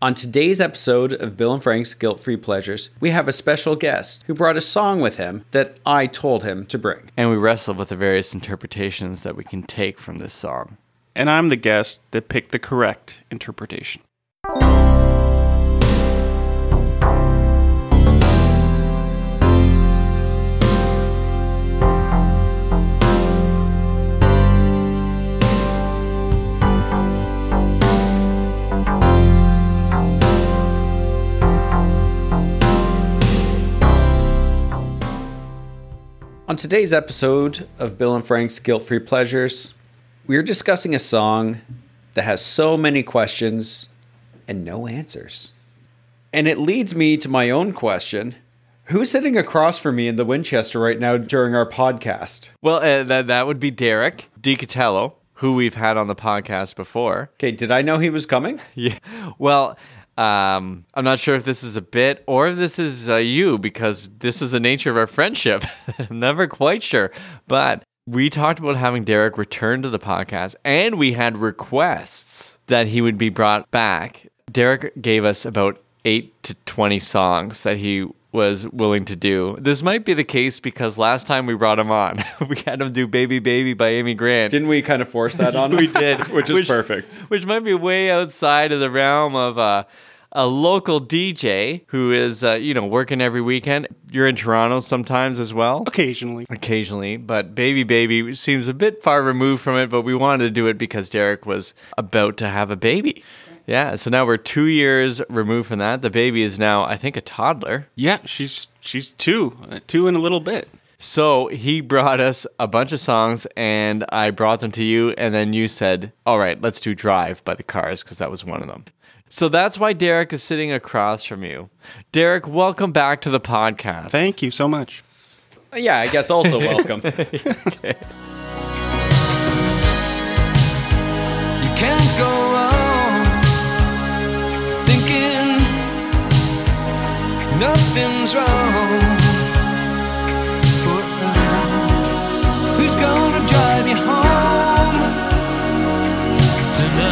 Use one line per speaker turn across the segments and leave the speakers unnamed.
On today's episode of Bill and Frank's Guilt Free Pleasures, we have a special guest who brought a song with him that I told him to bring.
and we wrestled with the various interpretations that we can take from this song.
and I'm the guest that picked the correct interpretation.
On today's episode of Bill and Frank's Guilt Free Pleasures, we're discussing a song that has so many questions and no answers. And it leads me to my own question Who's sitting across from me in the Winchester right now during our podcast?
Well, uh, that that would be Derek DiCatello, who we've had on the podcast before.
Okay, did I know he was coming?
Yeah. Well, um, I'm not sure if this is a bit or if this is uh, you because this is the nature of our friendship. I'm never quite sure, but we talked about having Derek return to the podcast, and we had requests that he would be brought back. Derek gave us about eight to twenty songs that he was willing to do. This might be the case because last time we brought him on, we had him do "Baby Baby" by Amy Grant.
Didn't we kind of force that on? we did, which is perfect.
Which might be way outside of the realm of uh, a local DJ who is, uh, you know, working every weekend. You're in Toronto sometimes as well.
Occasionally.
Occasionally, but Baby Baby seems a bit far removed from it, but we wanted to do it because Derek was about to have a baby. Yeah, so now we're two years removed from that. The baby is now, I think, a toddler.
Yeah, she's she's two, uh, two in a little bit.
So he brought us a bunch of songs, and I brought them to you, and then you said, "All right, let's do Drive by the Cars" because that was one of them. So that's why Derek is sitting across from you. Derek, welcome back to the podcast.
Thank you so much.
Yeah, I guess also welcome.
You can't go wrong thinking nothing's wrong. Who's gonna drive you home tonight?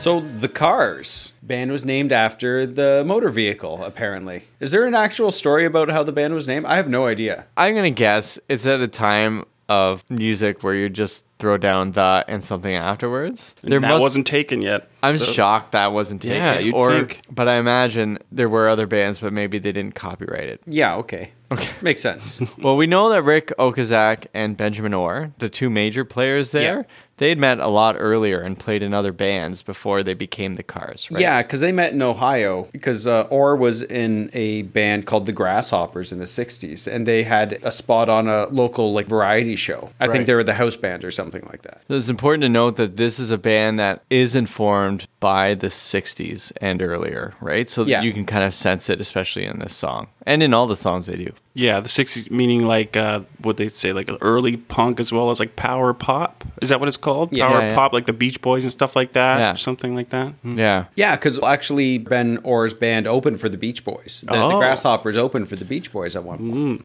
so, the Cars band was named after the motor vehicle, apparently. Is there an actual story about how the band was named? I have no idea.
I'm gonna guess it's at a time of music where you just throw down the and something afterwards. There
that wasn't taken yet.
I'm
so-
shocked that wasn't taken.
Yeah, you'd
or,
think.
But I imagine there were other bands, but maybe they didn't copyright it.
Yeah, okay. Okay. Makes sense.
Well, we know that Rick Okazak and Benjamin Orr, the two major players there,
Yeah.
they had met a lot earlier and played in other bands before they became the Cars, right?
Yeah, because they met in Ohio because uh, Orr was in a band called the Grasshoppers in the '60s, and they had a spot on a local like variety show. I think
Right.
they were the house band or something like that.
So it's important to note that this is a band that is informed by the 60s and earlier, right? So
Yeah.
that you can kind of sense it, especially in this song and in all the songs they do.
Yeah, the '60s, meaning like uh, what they say, like early punk as well as like power pop. Is that what it's called?
Yeah.
power
Yeah, yeah.
pop, like the Beach Boys and stuff like that,
Yeah.
or something like that.
Yeah.
Yeah, because actually Ben Orr's band opened for the Beach Boys. The, the
Oh.
Grasshoppers opened for the Beach Boys at one point.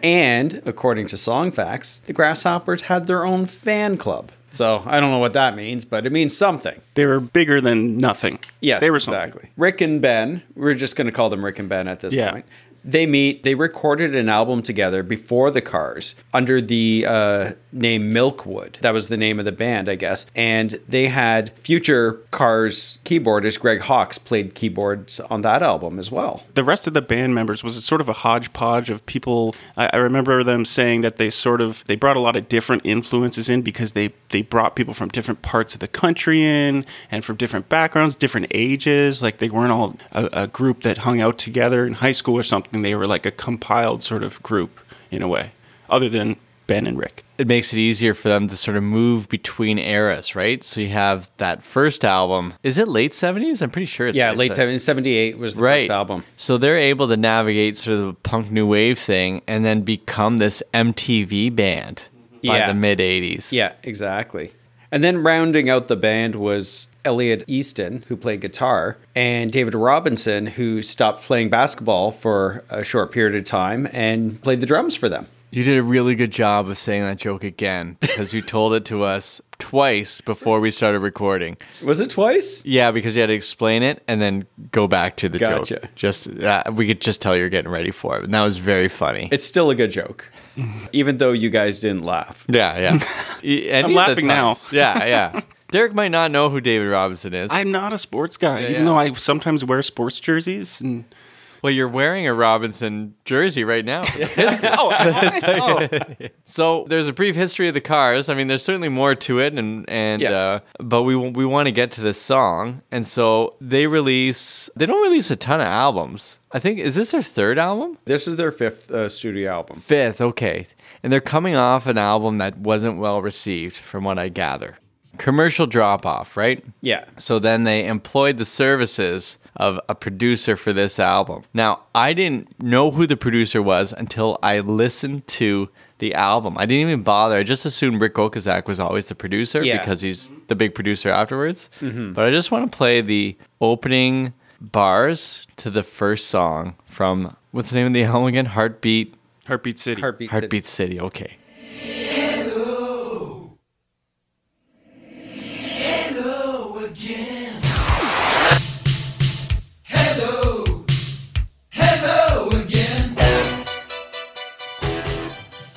And according to Song Facts, the Grasshoppers had their own fan club. So I don't know what that means, but it means something.
They were bigger than nothing.
Yes,
they were something.
exactly. Rick and Ben, we're just going to call them Rick and Ben at this
Yeah.
point. They meet, they recorded an album together before the Cars under the uh, name Milkwood. That was the name of the band, I guess. And they had future Cars keyboardist Greg Hawkes played keyboards on that album as well.
the rest of the band members was sort of a hodgepodge of people. I, I remember them saying that they sort of they brought a lot of different influences in because they they brought people from different parts of the country in and from different backgrounds, different ages. Like they weren't all a, a group that hung out together in high school or something. They were like a compiled sort of group in a way, other than Ben and Rick.
it makes it easier for them to sort of move between eras, right? So you have that first album. Is it late 70s? I'm pretty sure it's
Yeah, late
sev-
70s, 78 was the
Right.
first album.
So they're able to navigate sort of the punk new wave thing and then become this MTV band by
Yeah.
the mid 80s.
Yeah, exactly. And then rounding out the band was Elliot Easton, who played guitar, and David Robinson, who stopped playing basketball for a short period of time and played the drums for them.
You did a really good job of saying that joke again because you told it to us twice before we started recording.
Was it twice?
Yeah, because you had to explain it and then go back to the
Gotcha.
joke. Just uh, we could just tell you're getting ready for it, and that was very funny.
It's still a good joke, even though you guys didn't laugh.
yeah, yeah. Any
I'm
of the
laughing now.
times. Yeah, yeah. Derek might not know who David Robinson is.
I'm not a sports guy, even
yeah.
though I sometimes wear sports jerseys. And
well, you're wearing a Robinson jersey right now. for the Pistons. so there's a brief history of the Cars. I mean, there's certainly more to it, and and
Yeah.
uh, but we we want to get to this song, and so they release. They don't release a ton of albums. I think is this their third album?
This is their fifth uh, studio album.
Fifth, okay. And they're coming off an album that wasn't well received, from what I gather. Commercial drop off, right?
Yeah.
So then they employed the services of a producer for this album. Now, I didn't know who the producer was until I listened to the album. I didn't even bother. I just assumed Rick Okazak was always the producer
Yeah.
because he's the big producer afterwards. But I just want to play the opening bars to the first song from what's the name of the album again? Heartbeat
Heartbeat City.
Heartbeat. City.
Heartbeat City. Okay.
Hello again. Hello. Hello again.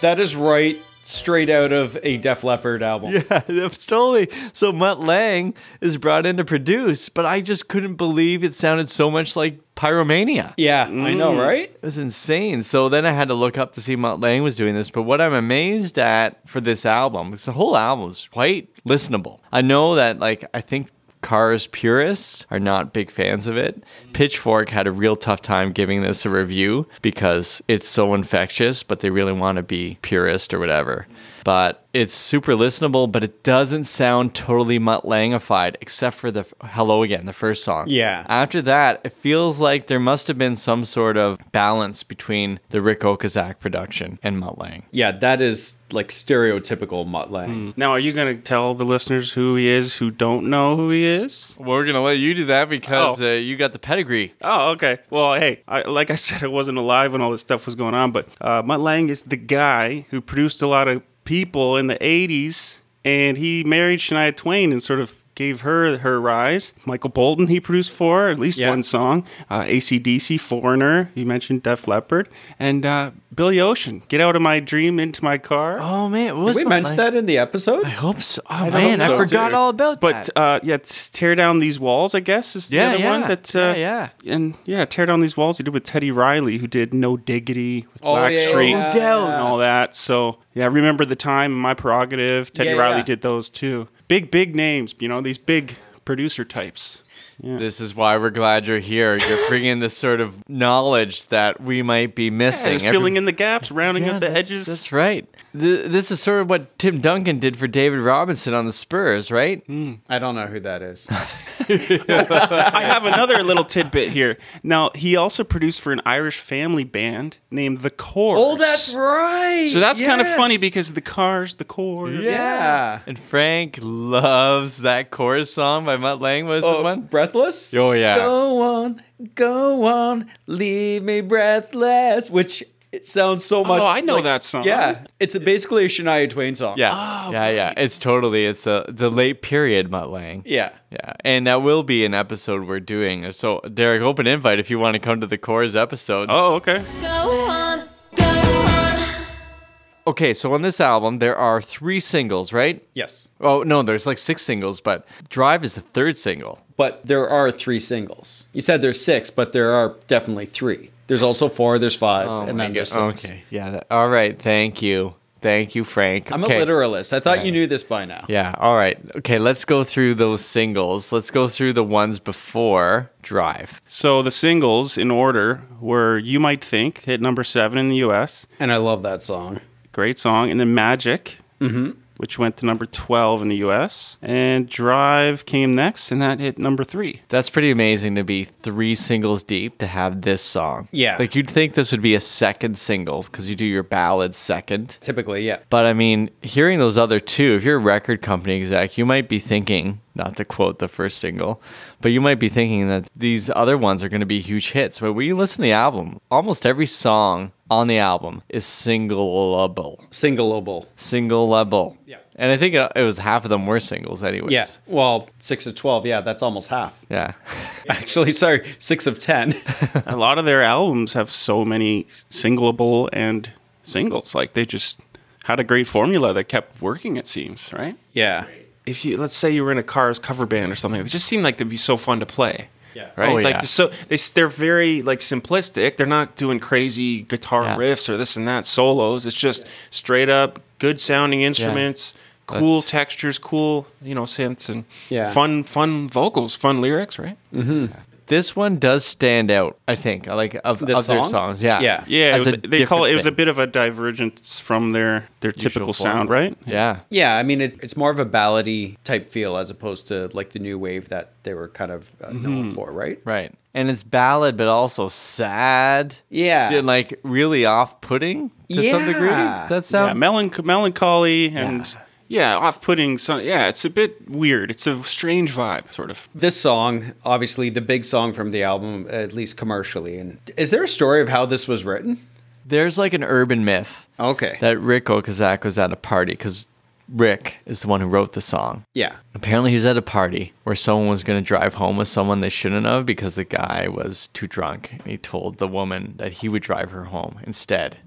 That is right, straight out of a Def Leppard album.
Yeah, that's totally. So Mutt Lang is brought in to produce, but I just couldn't believe it sounded so much like Pyromania.
Yeah, I know, right?
It was insane. So then I had to look up to see Mutt Lang was doing this. But what I'm amazed at for this album, because the whole album is quite listenable. I know that, like, I think Cars purists are not big fans of it. Pitchfork had a real tough time giving this a review because it's so infectious, but they really want to be purist or whatever. But it's super listenable, but it doesn't sound totally Mutt Langified, except for the Hello Again, the first song.
Yeah.
After that, it feels like there must have been some sort of balance between the Rick Okazak production and Mutt Lang.
Yeah, that is like stereotypical Mutt Lang.
Now, are you going to tell the listeners who he is who don't know who he is?
We're going to let you do that because
Oh.
uh, you got the pedigree.
Oh, okay. Well, hey, I, like I said, I wasn't alive when all this stuff was going on, but uh, Mutt Lang is the guy who produced a lot of people in the 80s, and he married Shania Twain and sort of gave her her rise. Michael Bolton, he produced for at least
Yeah.
one song. Uh, ACDC, Foreigner, you mentioned Def Leppard, and uh, Billy Ocean, Get Out of My Dream, Into My Car.
Oh, man. What was
Did we
Mutt
mentioned
Lang?
that in the episode?
I hope so. Oh, man.
hope
I
so,
forgot
too.
all about
But
that.
uh, yeah, t- tear down these walls. I guess is the
Yeah,
other
yeah.
one that uh,
Yeah,
and yeah, tear down these walls. He did with Teddy Riley, who did No Diggity with
Oh, yeah,
Blackstreet
yeah,
No doubt.
yeah.
and all that. So yeah, I remember the time my prerogative. Teddy
Yeah,
Riley
yeah.
did those too. Big big names, you know these big producer types.
This is why we're glad you're here. You're bringing this sort of knowledge that we might be missing.
Just
Every-
filling in the gaps, rounding
Yeah,
up the
that's-
edges.
That's right. Th- this is sort of what Tim Duncan did for David Robinson on the Spurs, right?
Mm.
I don't know who that is.
I have another little tidbit here. Now he also produced for an Irish family band named The Corrs.
Oh, right.
so that's kind of funny
yes.
because the Cars, the Corrs.
yeah.
And Frank loves that chorus song by Mutt Lang. Was the
Oh,
one?
breathless.
Oh, yeah.
Go on, go on, leave me breathless. Which it sounds so much.
Oh, I know
like-
that song.
Yeah, it's a, basically a Shania Twain song.
Yeah,
oh,
yeah, yeah. It's totally it's a the late period Mutt Lang.
yeah.
Yeah, and that will be an episode we're doing. So, Derek, open invite if you want to come to the chorus episode.
Oh, okay.
Go on, go on.
Okay, so on this album, there are three singles, right?
Yes.
Oh, no, there's like six singles, but Drive is the third single.
But there are three singles. You said there's six, but there are definitely three. There's also four. There's five,
Oh,
and then there's six.
Oh, Okay, yeah. That, all right, thank you. Thank you, Frank.
I'm
okay.
a literalist. I thought you knew this by now.
Yeah, all right. Okay, let's go through those singles. Let's go through the ones before Drive.
So the singles in order were You Might Think, hit number seven in the US.
And I love that song.
Great song. And then Magic which went to number 12 in the US. And Drive came next, and that hit number three.
That's pretty amazing to be three singles deep to have this song.
Yeah.
Like you'd think this would be a second single because you do your ballads second.
Typically, yeah.
But I mean, hearing those other two, if you're a record company exec, you might be thinking, not to quote the first single, but you might be thinking that these other ones are going to be huge hits. But when you listen to the album, almost every song on the album is singleable.
Singleable.
Singleable.
Yeah.
And I think uh, it was half of them were singles, anyways.
Yeah. Well, six of 12. Yeah, that's almost half.
Yeah.
Actually, sorry, six of 10.
A lot of their albums have so many singleable and singles. Like they just had a great formula that kept working, it seems, right?
yeah.
if you let's say you were in a Cars cover band or something, it just seemed like they'd be so fun to play.
Yeah.
Right?
Oh,
Like
yeah.
they're so they s- they're very like simplistic. They're not doing crazy guitar
Yeah.
riffs or this and that solos. It's just straight up good sounding instruments, cool
That's-
textures, cool, you know, synths and
Yeah.
fun fun vocals, fun lyrics, right?
this one does stand out, I think, like of,
The
of their
song?
songs. Yeah.
Yeah.
Yeah, it
As
was,
a
they call
different
it. It was a
thing.
bit of a divergence from their their typical
form.
sound, right?
Yeah.
Yeah, I mean, it, it's more of a ballady type feel as opposed to like the new wave that they were kind of uh, known for, right?
Mm-hmm. Right. And it's ballad, but also sad.
Yeah.
And like really off putting to some degree.
Yeah.
Does that
Yeah,
sound?
melanch- melancholy and yeah, off-putting. So yeah, it's a bit weird. It's a strange vibe, sort of.
This song, obviously the big song from the album, at least commercially. And is there a story of how this was written?
There's like an urban myth
Okay.
that Rick Okazak was at a party because Rick is the one who wrote the song.
yeah.
Apparently, he was at a party where someone was going to drive home with someone they shouldn't have because the guy was too drunk. And he told the woman that he would drive her home instead.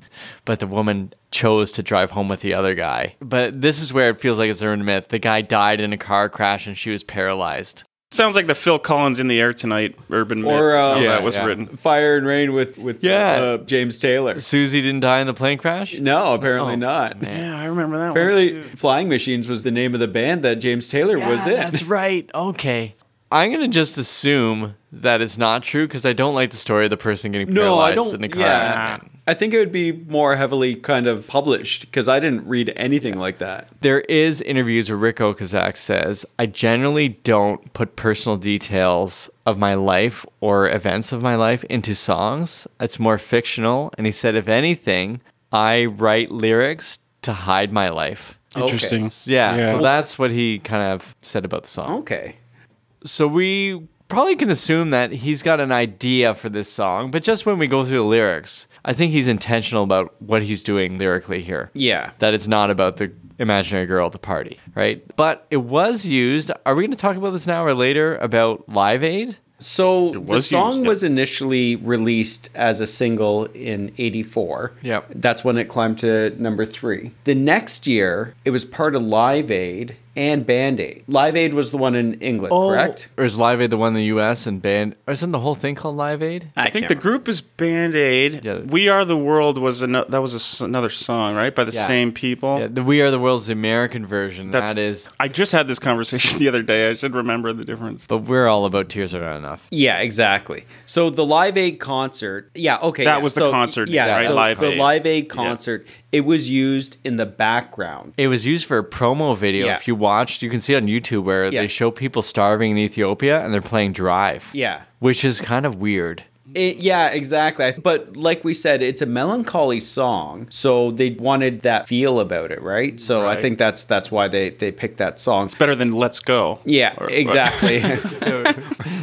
But the woman chose to drive home with the other guy. But this is where it feels like it's an urban myth. The guy died in a car crash and she was paralyzed.
Sounds like the Phil Collins in the air tonight urban myth.
Or, uh,
how
Yeah,
that was
yeah.
written.
Fire and Rain with with
Yeah.
uh, James Taylor.
Susie didn't die in the plane crash?
No, apparently
Oh,
not.
Yeah, I remember that.
Apparently,
one too.
Flying Machines was the name of the band that James Taylor was in.
That's right. Okay. I'm gonna just assume that it's not true because I don't like the story of the person getting
no, I
paralyzed
don't.
in the car
Yeah,
accident.
I think it would be more heavily kind of published because I didn't read anything like that.
There is interviews where Rick Okazak says, "I generally don't put personal details of my life or events of my life into songs. It's more fictional." And he said, "If anything, I write lyrics to hide my life."
interesting.
Yeah,
Yeah.
so that's what he kind of said about the song.
Okay.
So we probably can assume that he's got an idea for this song, but just when we go through the lyrics, I think he's intentional about what he's doing lyrically here.
Yeah.
That it's not about the imaginary girl at the party, right? But it was used. Are we going to talk about this now or later about Live Aid?
So the
was
song
used, yeah.
was initially released as a single in 84.
Yep.
That's when it climbed to number three. The next year, it was part of Live Aid and Band Aid. Live Aid was the one in England,
Oh.
correct?
Or is Live Aid the one in the US and band? Or isn't the whole thing called Live Aid?
I, think the group is Band Aid.
Yeah.
We Are the World was ano- that was a s another song, right? By the
Yeah.
same people.
Yeah, the We Are the World's the American version.
That's-
that is.
I just had this conversation the other day. I should remember the difference.
But we're all about Tears Are Not Enough.
Yeah, exactly. So the Live Aid concert, yeah, okay,
That
yeah.
was the
So,
concert,
yeah.
right?
so
Live
the
Aid.
Live Aid
Yeah.
concert, it was used in the background.
It was used for a promo video.
Yeah.
If you watched, you can see on YouTube where
Yeah.
they show people starving in Ethiopia and they're playing Drive.
Yeah.
Which is kind of weird.
It, yeah, exactly. But like we said, it's a melancholy song, so they wanted that feel about it, right? So I
Right.
think that's that's why they they picked that song.
It's better than Let's Go.
Yeah,
Or-
exactly.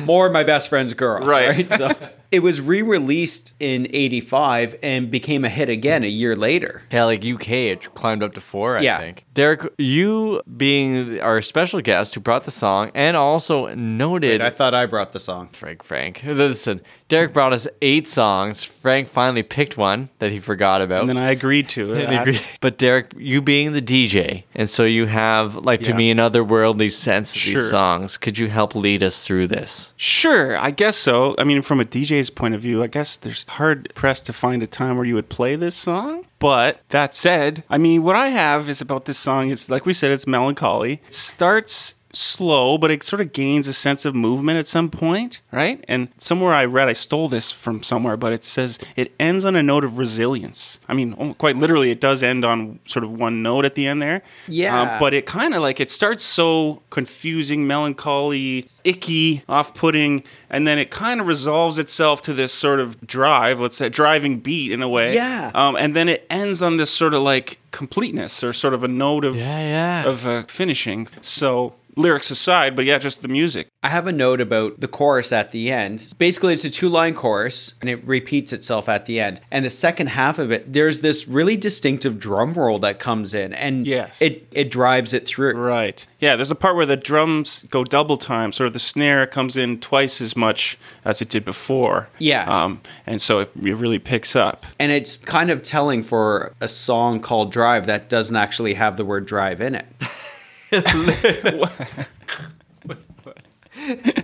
More my best friend's girl,
Right.
So it was re-released in '85 and became a hit again a year later.
Yeah, like UK, it climbed up to four, I
Yeah.
think. Derek, you being our special guest who brought the song and also noted.
I thought I brought the song.
Frank, Frank. Listen, Derek brought us eight songs. Frank finally picked one that he forgot about.
And then I agreed to it.
I agree. But Derek, you being the DJ, and so you have like to
Yeah.
me an otherworldly sense of
Sure.
these songs. Could you help lead us through this?
Sure, I guess so. I mean, from a DJ's point of view, I guess there's hard pressed to find a time where you would play this song. But that said, I mean, what I have is about this song. It's like we said, it's melancholy. It starts slow, but it sort of gains a sense of movement at some point, right? And somewhere I read, I stole this from somewhere, but it says it ends on a note of resilience. I mean, oh, quite literally, it does end on sort of one note at the end there. Uh,
Yeah.
but it kind of like it starts so confusing, melancholy, icky, off putting, and then it kind of resolves itself to this sort of drive, let's say, driving beat in a way.
Yeah.
Um, and then it ends on this sort of like completeness or sort of a note of
Yeah, yeah.
of uh, finishing. So lyrics aside, but yeah, just the music.
I have a note about the chorus at the end. Basically, it's a two line chorus and it repeats itself at the end. And the second half of it, there's this really distinctive drum roll that comes in and
Yes.
it, it drives it through.
Right. Yeah, there's a part where the drums go double time, sort of the snare comes in twice as much as it did before.
Yeah.
Um, and so it, it really picks up.
And it's kind of telling for a song called Drive that doesn't actually have the word drive in it.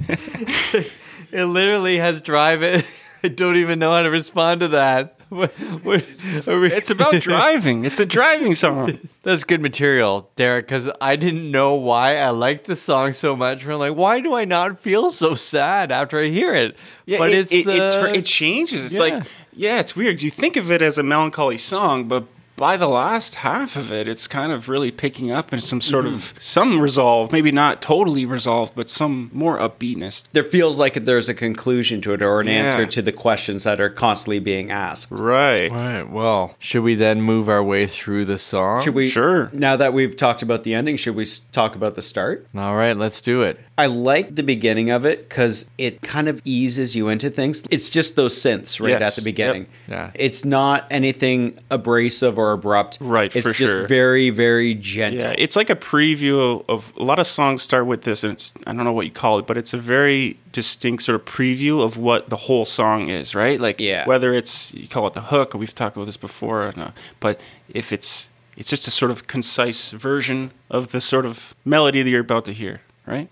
It literally has drive it. I don't even know how to respond to that. What- what- are we-
It's about driving. It's a driving song.
That's good material, Derek, because I didn't know why I liked the song so much. We're like, why do I not feel so sad after I hear it? but
it,
it's
it,
the,
it, tur- it changes. It's
Yeah.
like yeah, it's weird. You think of it as a melancholy song, but by the last half of it, it's kind of really picking up in some sort of some resolve, maybe not totally resolved, but some more upbeatness.
There feels like there's a conclusion to it or an
Yeah.
answer to the questions that are constantly being asked.
Right.
All right, well, should we then move our way through the song?
Should we,
Sure.
Now that we've talked about the ending, should we s- talk about the start?
All right, let's do it.
I like the beginning of it because it kind of eases you into things. It's just those synths right
Yes.
at the beginning.
Yeah.
It's not anything abrasive or abrupt.
Right,
it's
for
just
sure.
very, very gentle.
Yeah, it's like a preview of, of a lot of songs start with this, and it's I don't know what you call it, but it's a very distinct sort of preview of what the whole song is, right? Like,
Yeah.
whether it's you call it the hook, or we've talked about this before, or not, but if it's it's just a sort of concise version of the sort of melody that you're about to hear, right?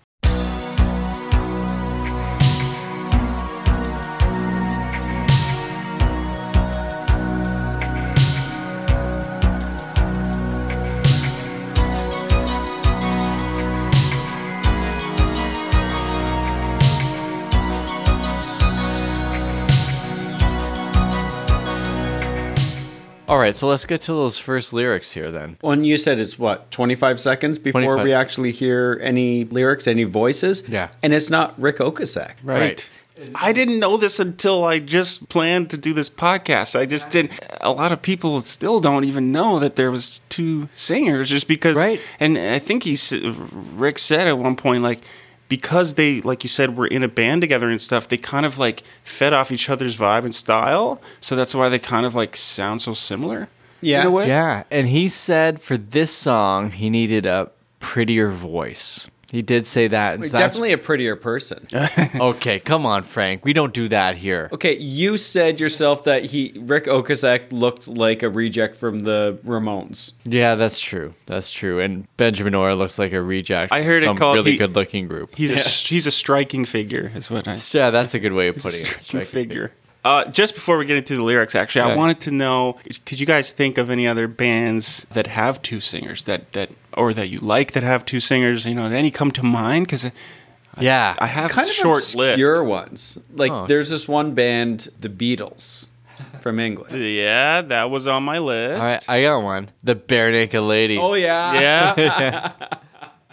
All right, so let's get to those first lyrics here then.
When you said it's what, 25 seconds before
25.
we actually hear any lyrics, any voices?
Yeah.
And it's not Rick Okasek.
Right.
I didn't know this until I just planned to do this podcast. I just didn't. A lot of people still don't even know that there was two singers, just because.
Right.
And I think he, s- Rick said at one point, like, because they, like you said, were in a band together and stuff, they kind of like fed off each other's vibe and style. So that's why they kind of like sound so similar.
Yeah.
In a way.
Yeah, and he said for this song, he needed a prettier voice. He did say that. so that's-
Definitely a prettier person.
Okay, come on, Frank. We don't do that here.
Okay, you said yourself that he Rick Okasek looked like a reject from the Ramones.
Yeah, that's true. That's true. And Benjamin Orr looks like a reject.
I heard it
some
called-
really
he-
good-looking group.
He's a he's a striking figure, is what I
yeah, that's a good way of putting it.
striking
Striking figure.
figure. Uh, just before we get into the lyrics, actually, I
Okay.
wanted to know: Could you guys think of any other bands that have two singers that that or that you like that have two singers? You know, any come to mind? Because
Yeah,
I have
kind
a
of
short
obscure ones. Like
Oh.
there's this one band, the Beatles, from England.
list. Yeah, that was on my list.
All right, I got one. The bare naked ladies.
oh yeah,
Yeah.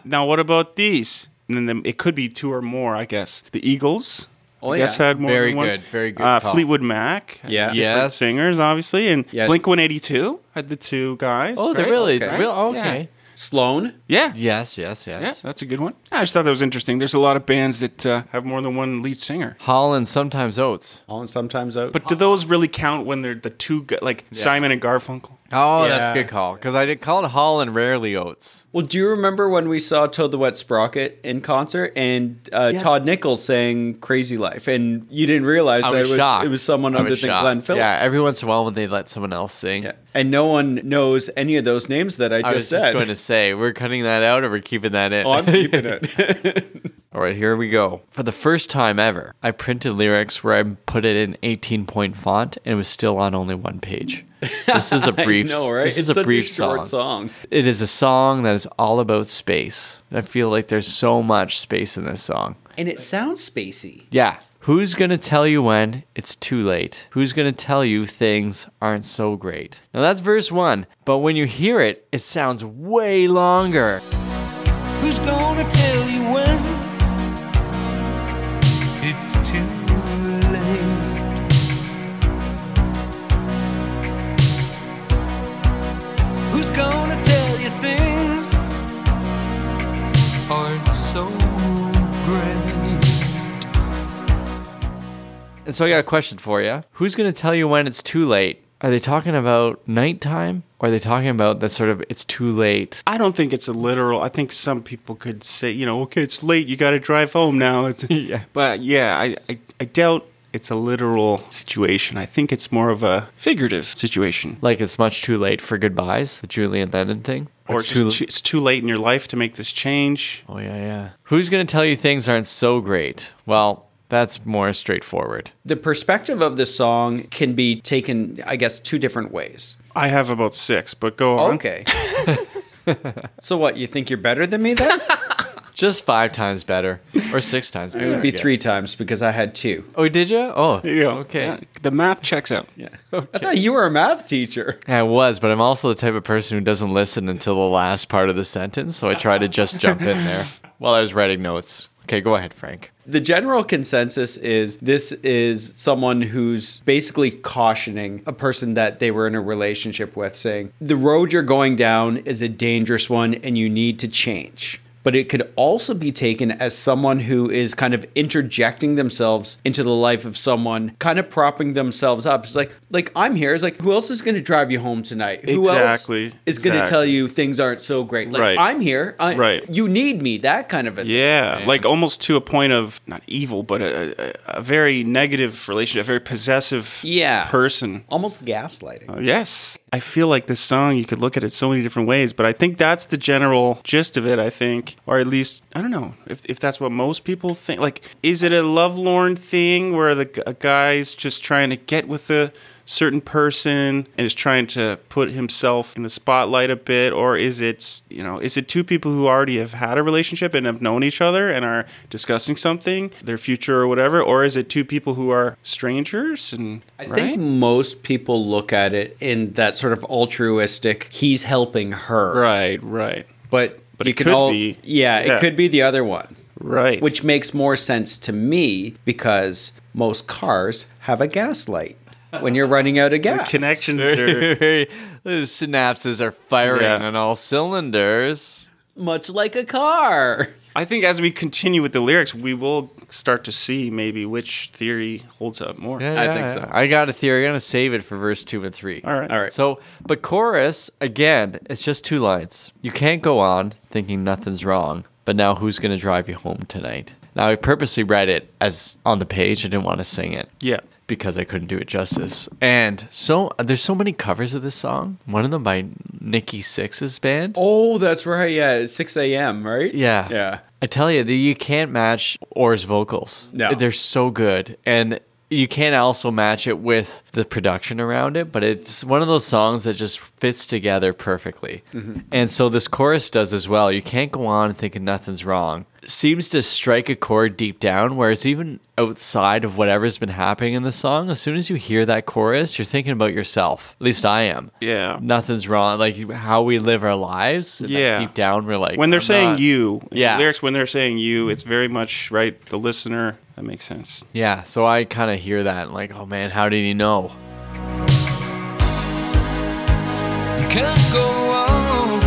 now, what about these? And then the- it could be two or more, I guess. The Eagles.
Oh,
I
yeah.
guess had more
Very
than one.
good, very good
Uh,
call.
Fleetwood Mac.
Yeah.
different
Yes.
Singers, obviously, and
Yeah.
Blink One Eighty Two had the two guys.
Oh, they
right?
really,
Okay.
real okay.
Sloan.
Yeah.
Yes, yes,
Yeah,
yes.
that's a good one. I just thought that was interesting. There's a lot of bands that uh, have more than one lead singer.
Holland sometimes Oates.
Oh, and sometimes out.
But do those really count when they're the two, gu- like Simon and Garfunkel?
Oh,
Yeah.
that's a good call because I did called Holland rarely Oates.
well, do you remember when we saw Toad the Wet Sprocket in concert and uh, Todd Nichols sang "Crazy Life" and you didn't realize
I
that
was,
it was
shocked.
it was someone
I
other
was
than
shocked.
Glenn Phillips.
Yeah, every once in a while when they let someone else sing.
Yeah. And no one knows any of those names that I just
I was
said.
just going to say we're cutting that out or we're keeping that in.
oh, I'm keeping it.
All right, here we go. For the first time ever, I printed lyrics where I put it in 18 point font and it was still on only one page. This is a brief.
I know, right?
This
It's
is a
such
brief
short song.
It is a song that is all about space. I feel like there's so much space in this song.
And it sounds spacey.
Yeah. Who's going to tell you when it's too late? Who's going to tell you things aren't so great? Now that's verse one, but when you hear it, it sounds way longer.
Who's gonna tell you when? It's too late. Who's gonna tell you things aren't so great?
And so I got a question for you. Who's going to tell you when it's too late? Are they talking about nighttime? Or are they talking about that sort of it's too late?
I don't think it's a literal. I think some people could say, you know, okay, it's late. You got to drive home now. It's,
Yeah.
But yeah, I, I, I doubt it's a literal situation. I think it's more of a figurative situation.
Like it's much too late for goodbyes, the Julian Lennon thing?
Or
it's
it's, just too, it's too late in your life to make this change.
Oh, yeah, yeah. Who's going to tell you things aren't so great? Well, that's more straightforward.
The perspective of this song can be taken, I guess, two different ways.
I have about six, but go on.
Okay. so what? You think you're better than me then?
Just five times better, or six times better.
It would be
I guess.
three times because I had two.
Oh, did you? Oh,
There you go.
okay.
Yeah, the math checks out.
Yeah. I thought you were a math teacher.
I was, but I'm also the type of person who doesn't listen until the last part of the sentence, so I try to just jump in there while I was writing notes. Okay, go ahead, Frank.
The general consensus is this is someone who's basically cautioning a person that they were in a relationship with, saying, the road you're going down is a dangerous one and you need to change. But it could also be taken as someone who is kind of interjecting themselves into the life of someone, kind of propping themselves up. It's like, like I'm here. It's like, who else is going to drive you home tonight? Who
Exactly,
else is going to
exactly.
tell you things aren't so great? Like
Right.
I'm here. I,
Right.
You need me. That kind of a thing.
Yeah, like almost to a point of not evil, but a, a, a very negative relationship, a very possessive
Yeah.
person.
Almost gaslighting.
Yes. I feel like this song, you could look at it so many different ways, but I think that's the general gist of it, I think. Or at least, I don't know if, if that's what most people think. Like, is it a lovelorn thing where the g- a guy's just trying to get with a certain person and is trying to put himself in the spotlight a bit? Or is it, you know, is it two people who already have had a relationship and have known each other and are discussing something, their future or whatever? Or is it two people who are strangers and.
I think most people look at it in that sort of altruistic, he's helping her.
Right, right.
But,
But
you
it
can
could
all,
be-
Yeah,
yeah.
it could be the other one,
Right.
which makes more sense to me because most cars have a gaslight when you're running out of gas.
connections are
Those synapses are firing
Yeah.
on all cylinders.
Much like a car.
I think as we continue with the lyrics, we will start to see maybe which theory holds up more.
Yeah,
I
yeah,
think so.
yeah. I got a theory. I'm going to save it for verse two and three.
All right.
All right.
So, but chorus, again, it's just two lines. You can't go on thinking nothing's wrong, but now who's going to drive you home tonight? Now, I purposely read it as on the page. I didn't want to sing it
Yeah.
because I couldn't do it justice. And so, there's so many covers of this song. One of them by Nikki Six's band.
Oh, that's right. Yeah, it's 6 a.m., right?
Yeah.
Yeah.
I tell you, the, you can't match Orr's vocals.
No.
They're so good. And you can also match it with the production around it, but it's one of those songs that just fits together perfectly.
Mm-hmm.
And so this chorus does as well. You can't go on thinking nothing's wrong. Seems to strike a chord deep down where it's even outside of whatever's been happening in the song. As soon as you hear that chorus, you're thinking about yourself. At least I am.
Yeah.
Nothing's wrong. Like how we live our lives. and, like,
Yeah.
deep down, we're like
When they're
I'm
saying
not-
you, in the
Yeah.
lyrics when they're saying you, it's very much right the listener. That makes sense.
Yeah, so I kind of hear that and like, oh man, how did he know?
Can't go on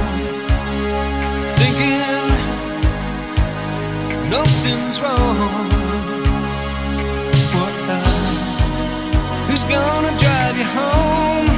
thinking nothing's wrong. What the- Who's gonna drive you home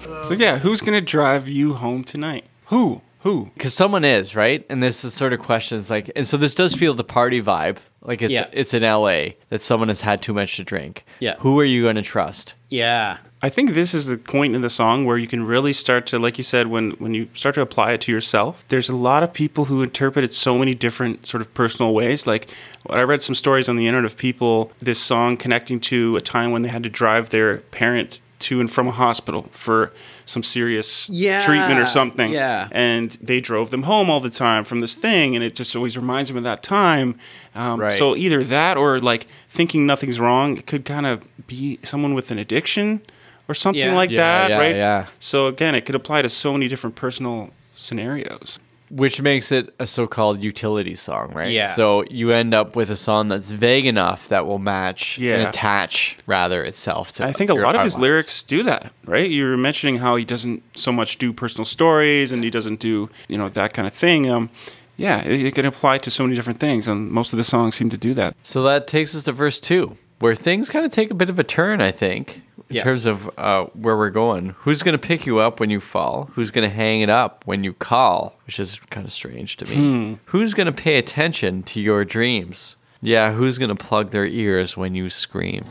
tonight?
So yeah, who's gonna drive you home tonight? Who? Who?
Because someone is right, and there's this sort of questions like, and so this does feel the party vibe, like it's
Yeah.
it's in L.A. that someone has had too much to drink.
Yeah.
who are you going to trust?
Yeah.
I think this is the point in the song where you can really start to, like you said, when, when you start to apply it to yourself, there's a lot of people who interpret it so many different sort of personal ways. Like, I read some stories on the internet of people, this song connecting to a time when they had to drive their parent to and from a hospital for some serious
Yeah,
treatment or something.
yeah.
And they drove them home all the time from this thing. And it just always reminds them of that time. Um,
Right.
So either that or like thinking nothing's wrong it could kind of be someone with an addiction or something
Yeah.
like
Yeah,
that
yeah,
right
yeah.
so again it could apply to so many different personal scenarios
which makes it a so-called utility song, right?
Yeah.
So you end up with a song that's vague enough that will match and
Yeah.
attach rather itself to.
i think a
your-
lot of
our
his
lives.
lyrics do that right you were mentioning how he doesn't so much do personal stories and he doesn't do you know that kind of thing um, yeah it, it can apply to so many different things and most of the songs seem to do that
So that takes us to verse two, where things kind of take a bit of a turn. I think in
Yeah.
terms of uh, where we're going. Who's going to pick you up when you fall? Who's going to hang it up when you call? Which is kind of strange to me.
Hmm.
Who's going to pay attention to your dreams? Yeah, who's going to plug their ears when you scream?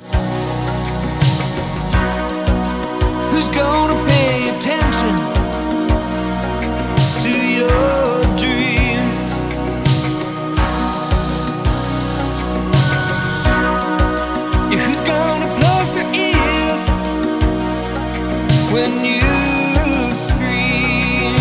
Who's gonna pay attention to your dreams? Yeah, who's gonna plug their ears when you scream?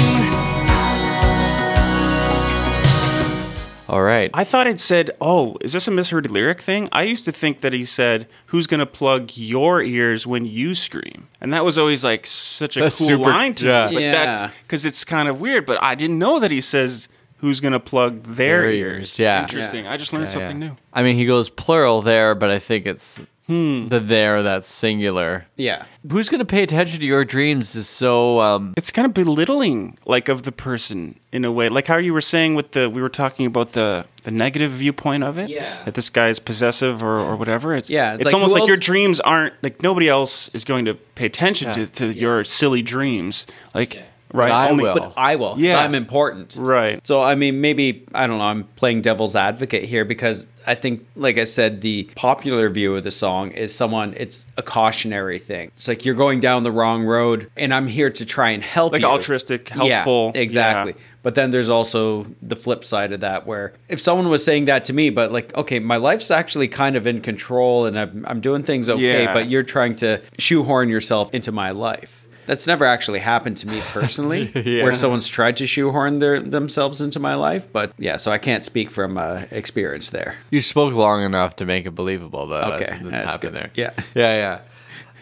All right.
I thought it said, "Oh, is this a misheard lyric thing?" I used to think that he said, "Who's gonna plug your ears when you scream?" And that was always like such a
That's
cool
super-
line to
yeah.
me, but
Yeah.
that because it's kind of weird. But I didn't know that he says, "Who's gonna plug their,
Their
ears?"
ears, yeah.
interesting. I just learned something
Yeah.
new.
I mean, he goes plural there, but I think it's
Hmm.
the there that's singular.
Yeah.
Who's going to pay attention to your dreams is so. Um,
It's kind of belittling, like of the person in a way, like how you were saying with the we were talking about the the negative viewpoint of it,
Yeah.
that this guy is possessive or, or whatever. It's
Yeah, it's
it's,
like,
almost
who
like your
else-
dreams aren't like nobody else is going to pay attention to, to your silly dreams, like right?
But I will.
But I will. 'cause
Yeah.
I'm important.
Right.
So, I mean, maybe, I don't know, I'm playing devil's advocate here because I think, like I said, the popular view of the song is someone, it's a cautionary thing. It's like you're going down the wrong road and I'm here to try and help
Like
you.
altruistic, helpful.
Yeah, exactly.
Yeah.
But then there's also the flip side of that where if someone was saying that to me, but like, okay, my life's actually kind of in control and I'm, I'm doing things okay,
Yeah.
but you're trying to shoehorn yourself into my life. That's never actually happened to me personally, where someone's tried to shoehorn their, themselves into my life. But yeah, so I can't speak from uh, experience there.
you spoke long enough to make it believable, though.
Okay,
that's, that's,
that's
happened
good.
there.
Yeah.
yeah, yeah.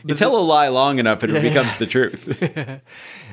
You tell a lie long enough, and it becomes the truth.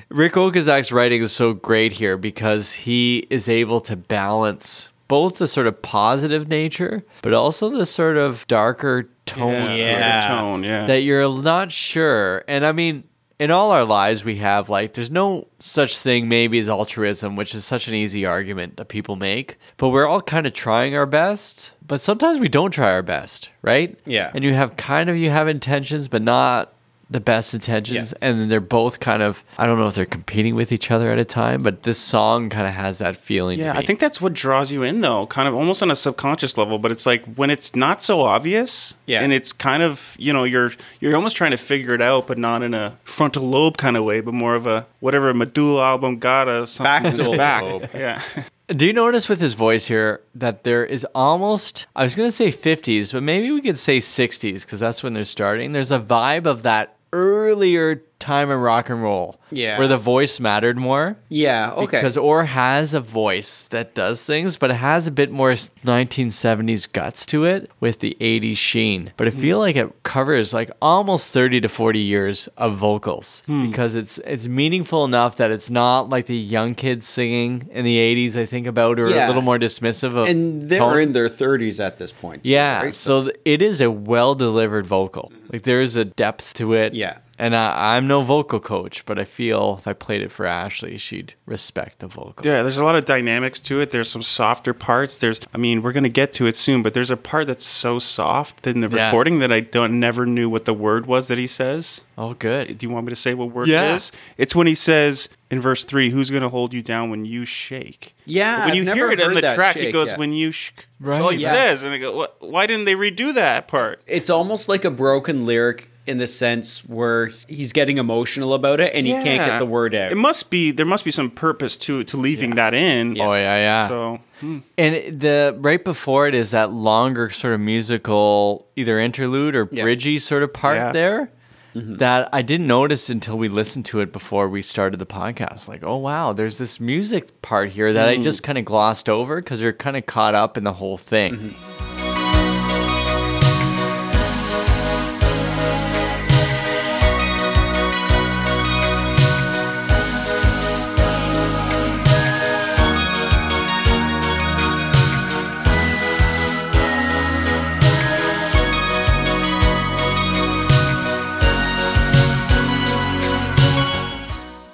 Rick Okazak's writing is so great here because he is able to balance both the sort of positive nature, but also the sort of darker
Yeah,
tone
it's
to
like
it.
a tone, yeah.
that you're not sure. And I mean, in all our lives, we have like, there's no such thing maybe as altruism, which is such an easy argument that people make. But we're all kind of trying our best, but sometimes we don't try our best, right?
Yeah.
And you have kind of, you have intentions, but not the best intentions. And then they're both kind of, I don't know if they're competing with each other at a time, but this song kind of has that feeling. to
Yeah, I
me.
think that's what draws you in, though, kind of almost on a subconscious level. But it's like when it's not so obvious,
Yeah.
and it's kind of you know you're you're almost trying to figure it out, but not in a frontal lobe kind of way, but more of a whatever medulla oblongata, something in
Back
the back.
lobe.
Yeah,
Do you notice with his voice here that there is almost, I was going to say 50s, but maybe we could say 60s because that's when they're starting. There's a vibe of that earlier time in rock and roll.
Yeah.
Where the voice mattered more.
yeah. Okay.
Because Orr has a voice that does things, but it has a bit more 1970s guts to it with the 80s sheen. But I
Hmm.
feel like it covers like almost 30 to 40 years of vocals
Hmm.
because it's it's meaningful enough that it's not like the young kids singing in the 80s. I think about or a
Yeah.
little more dismissive of
and they
tone.
were in their 30s at this point. too,
Yeah,
right? Mm-hmm.
so th- it is a well delivered vocal. Like there is a depth to it.
Yeah.
and I, I'm no vocal coach, but I feel if I played it for Ashley, she'd respect the vocal.
yeah. There's a lot of dynamics to it. There's some softer parts. There's, I mean, we're gonna get to it soon, but there's a part that's so soft in the
Yeah.
recording that I don't never knew what the word was that he says.
Oh, good.
Do you want me to say what word
Yeah.
it is? It's when he says in verse three, "Who's going to hold you down when you shake?"
Yeah,
But when
I've
you
never
hear it
heard
on the
that
track,
shake
it goes
yet.
when you shake. That's
Right.
all he
Yeah.
says, and I go, what? "Why didn't they redo that part?"
it's almost like a broken lyric in the sense where he's getting emotional about it and he can't get
Yeah.
the word out.
It must be there must be some purpose to to leaving that in.
Oh yeah, yeah.
So hmm.
And the right before it is that longer sort of musical, either interlude or
Yeah.
bridgy sort of part
Yeah.
there that I didn't notice until we listened to it before we started the podcast. Like, oh wow, there's this music part here that I just kind of glossed over because you're kind of caught up in the whole thing.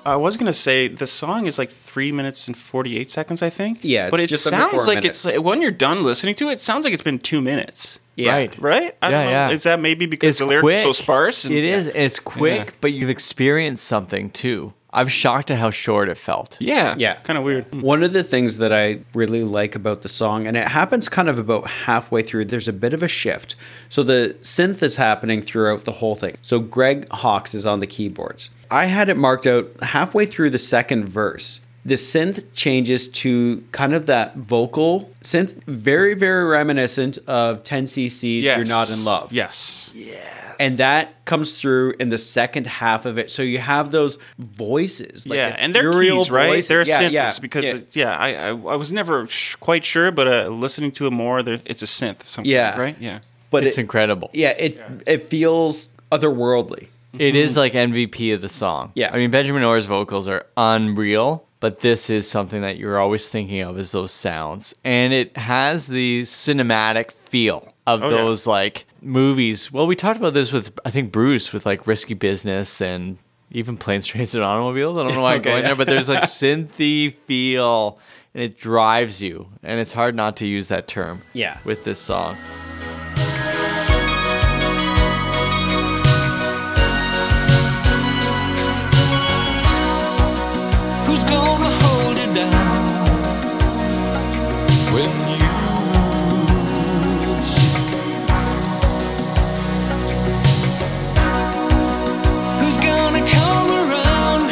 I was gonna say the song is like three minutes and forty eight seconds, I think.
Yeah, it's
but it
just under
sounds
four
like
minutes.
it's like, when you're done listening to it, it sounds like it's been two minutes,
yeah.
Right.
right? I
Yeah, yeah.
Is that maybe because the lyrics are so sparse?
It is. It's quick, but you've experienced something too. I'm shocked at how short it felt.
Yeah, Mm.
Yeah.
kind of weird.
One of the things that I really like about the song, and it happens kind of about halfway through, there's a bit of a shift. So the synth is happening throughout the whole thing. So Greg Hawkes is on the keyboards. I had it marked out halfway through the second verse. The synth changes to kind of that vocal synth, very, very reminiscent of 10cc's You're Not in Love.
Yes.
And that comes through in the second half of it. So you have those voices. Like
yeah,
the
and they're
ethereal
keys, right?
voices.
They're
Yeah,
synths
yeah,
because
yeah.
it- yeah, I, I I was never sh- quite sure, but uh, listening to it more, there, it's a synth. Of some kind,
Yeah.
right. Yeah,
but
It's
it-
incredible.
Yeah, it it feels otherworldly.
It is like MVP of the song.
Mm-hmm. Yeah.
I mean, Benjamin Orr's vocals are unreal, but this is something that you're always thinking of as those sounds. And it has the cinematic feel
Oh,
of
yeah.
those like movies. Well, we talked about this with, I think, Bruce with like Risky Business and even Planes, Trains, and Automobiles. I don't know why I'm going there, but there's like synthy feel and it drives you. And it's hard not to use that term
Yeah.
with this song.
Who's gonna hold it down when you shake? Who's gonna come around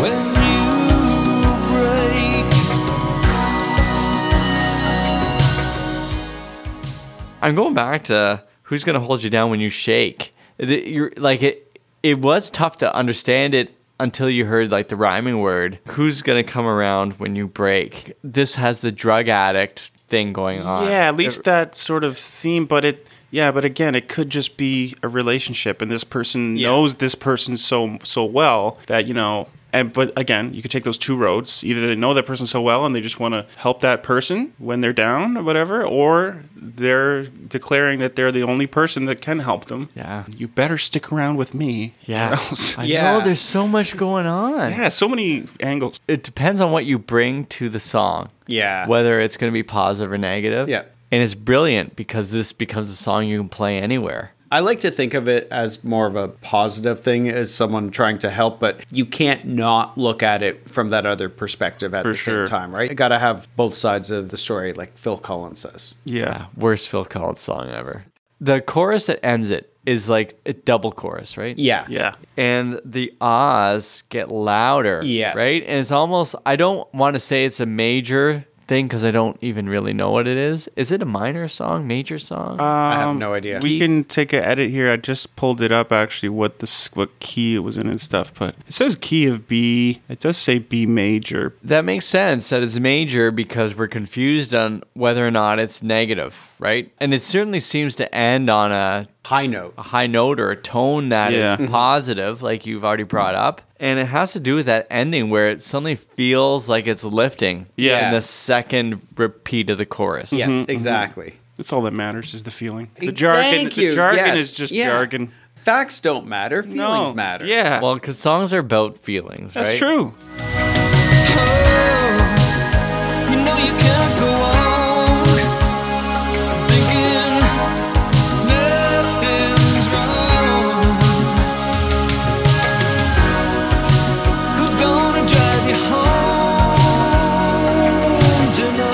when you break?
I'm going back to who's going to hold you down when you shake. It- You're like it. It was tough to understand it until you heard like the rhyming word. Who's going to come around when you break? This has the drug addict thing going on.
yeah. At least that sort of theme, but it. Yeah, but again, it could just be a relationship, and this person knows this person so so well that you know. And but again, you could take those two roads. Either they know that person so well, and they just want to help that person when they're down or whatever, or they're declaring that they're the only person that can help them.
Yeah.
you better stick around with me.
Yeah.
or else-
I
Yeah.
know there's so much going on.
Yeah, so many angles.
It depends on what you bring to the song.
Yeah.
Whether it's going to be positive or negative.
Yeah.
And it's brilliant because this becomes a song you can play anywhere.
I like to think of it as more of a positive thing as someone trying to help, but you can't not look at it from that other perspective at
For
the
sure.
same time, right? You got to have both sides of the story, like Phil Collins says.
Yeah.
Worst Phil Collins song ever. The chorus that ends it is like a double chorus, right?
Yeah.
Yeah.
And the ahs get louder.
Yes.
Right? And it's almost, I don't want to say it's a major thing because I don't even really know what it is. Is it a minor song, major song?
I have no idea.
Um, We can take an edit here. I just pulled it up actually what this what key it was in and stuff, but it says key of B. It does say B major.
that makes sense that it's major because we're confused on whether or not it's negative, right? And it certainly seems to end on a
High note.
a high note or a tone that is
Yeah. Mm-hmm.
positive, like you've already brought up. And it has to do with that ending where it suddenly feels like it's lifting
Yeah.
in the second repeat of the chorus.
Yes,
Mm-hmm.
exactly.
That's all that matters is the feeling. The jargon the jargon
Yes.
is just
Yeah.
jargon.
Facts don't matter. Feelings
No.
matter.
Yeah.
Well, because songs are about feelings,
that's
right?
true.
Oh, you know you can't go on thinking nothing's wrong. Who's gonna drive you home tonight?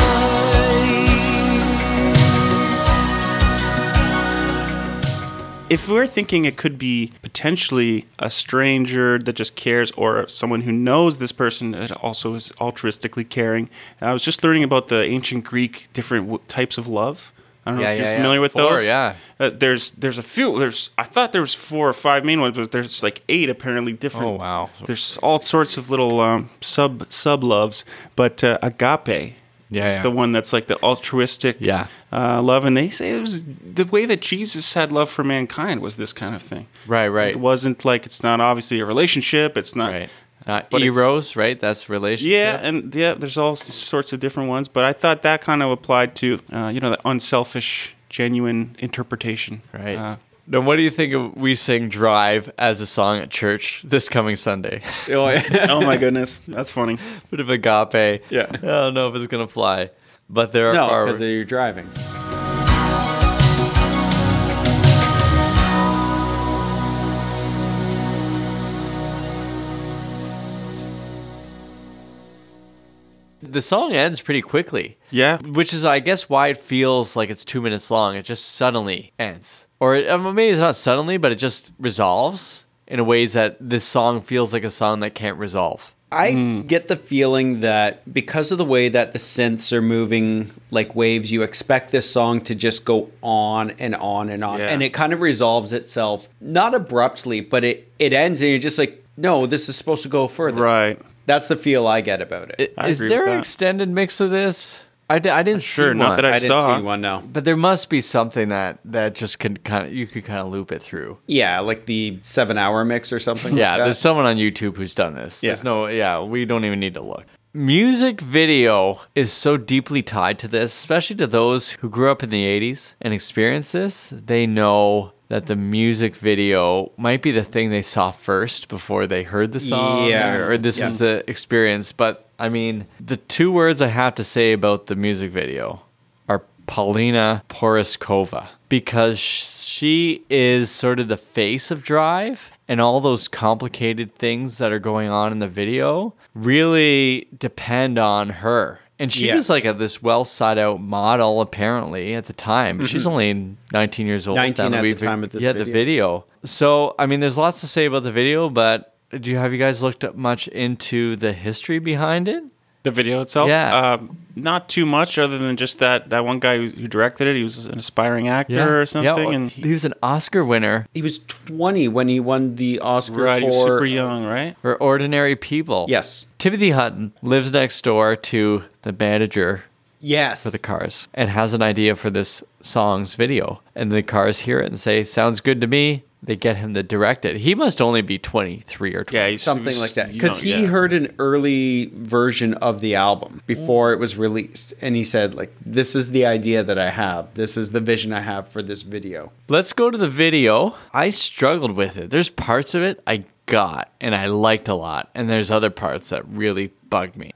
if we're thinking it could be potentially a stranger that just cares or someone who knows this person that also is altruistically caring, and I was just learning about the ancient Greek different w- types of love. I don't know
Yeah,
if you're
yeah, yeah.
familiar with
Four,
those.
yeah.
Uh, there's there's a few. There's I thought there was four or five main ones, but there's like eight apparently different.
Oh, wow.
There's all sorts of little um, sub sub loves, but uh, agape
Yeah,
is
yeah.
the one that's like the altruistic
Yeah.
uh, love, and they say it was the way that Jesus had love for mankind was this kind of thing.
Right, right.
It wasn't like it's not obviously a relationship. It's not.
Right. Not
But it's-
Eros, right? That's relationship.
Yeah, and yeah, there's all s- sorts of different ones, but I thought that kind of applied to uh, you know the unselfish, genuine interpretation.
Right.
Uh,
now, what do you think of we sing "Drive" as a song at church this coming Sunday?
Oh, yeah.
oh my goodness, that's funny.
Bit of agape.
Yeah.
I don't know if it's gonna fly, but there
no,
are
because you're driving.
the song ends pretty quickly.
Yeah.
Which is, I guess, why it feels like it's two minutes long. It just suddenly ends. Or it, I mean, maybe it's not suddenly, but it just resolves in ways that this song feels like a song that can't resolve.
I
Hmm.
get the feeling that because of the way that the synths are moving like waves, you expect this song to just go on and on and on.
Yeah.
And it kind of resolves itself, not abruptly, but it, it ends and you're just like, no, this is supposed to go further.
Right.
That's the feel I get about it.
I-
I
is
agree
there
with
an
that.
extended mix of this? I d- I didn't
Sure.
see
Not
one.
that I,
I didn't
saw.
see one, no.
But there must be something that that just can kind of you could kind of loop it through.
Yeah, like the seven hour mix or something.
Yeah,
like that.
there's someone on YouTube who's done this. There's
Yeah.
no, yeah, we don't even need to look. Music video is so deeply tied to this, especially to those who grew up in the 80s and experienced this. They know that the music video might be the thing they saw first before they heard the song.
Yeah.
Or, or this
Yeah.
is the experience. But I mean, the two words I have to say about the music video are Paulina Poroskova because she is sort of the face of Drive and all those complicated things that are going on in the video really depend on her. And she was
Yes.
like a, this well sought out model apparently at the time. She's only 19 years old.
19
now that
at the
we've-
time of this
yeah, the
video.
video. So, I mean, there's lots to say about the video, but do you have you guys looked up much into the history behind it?
The video itself?
Yeah.
Um, not too much, other than just that that one guy who- who directed it. He was an aspiring actor or something,
Yeah,
and
he was an Oscar winner
he was 20 when he won the Oscar
right, he was
for-
super young, right?
for Ordinary People.
Yes.
Timothy Hutton lives next door to the manager
Yes.
for the Cars and has an idea for this song's video. And the Cars hear it and say, Sounds good to me. They get him to direct it. He must only be 23 or 20.
Yeah, he's, he
something
was
like that
young,
because he
yeah.
heard an early version of the album before it was released and he said like this is the idea that i have this is the vision i have for this video
Let's go to the video. I struggled with it. There's parts of it I got and I liked a lot, and there's other parts that really bugged me.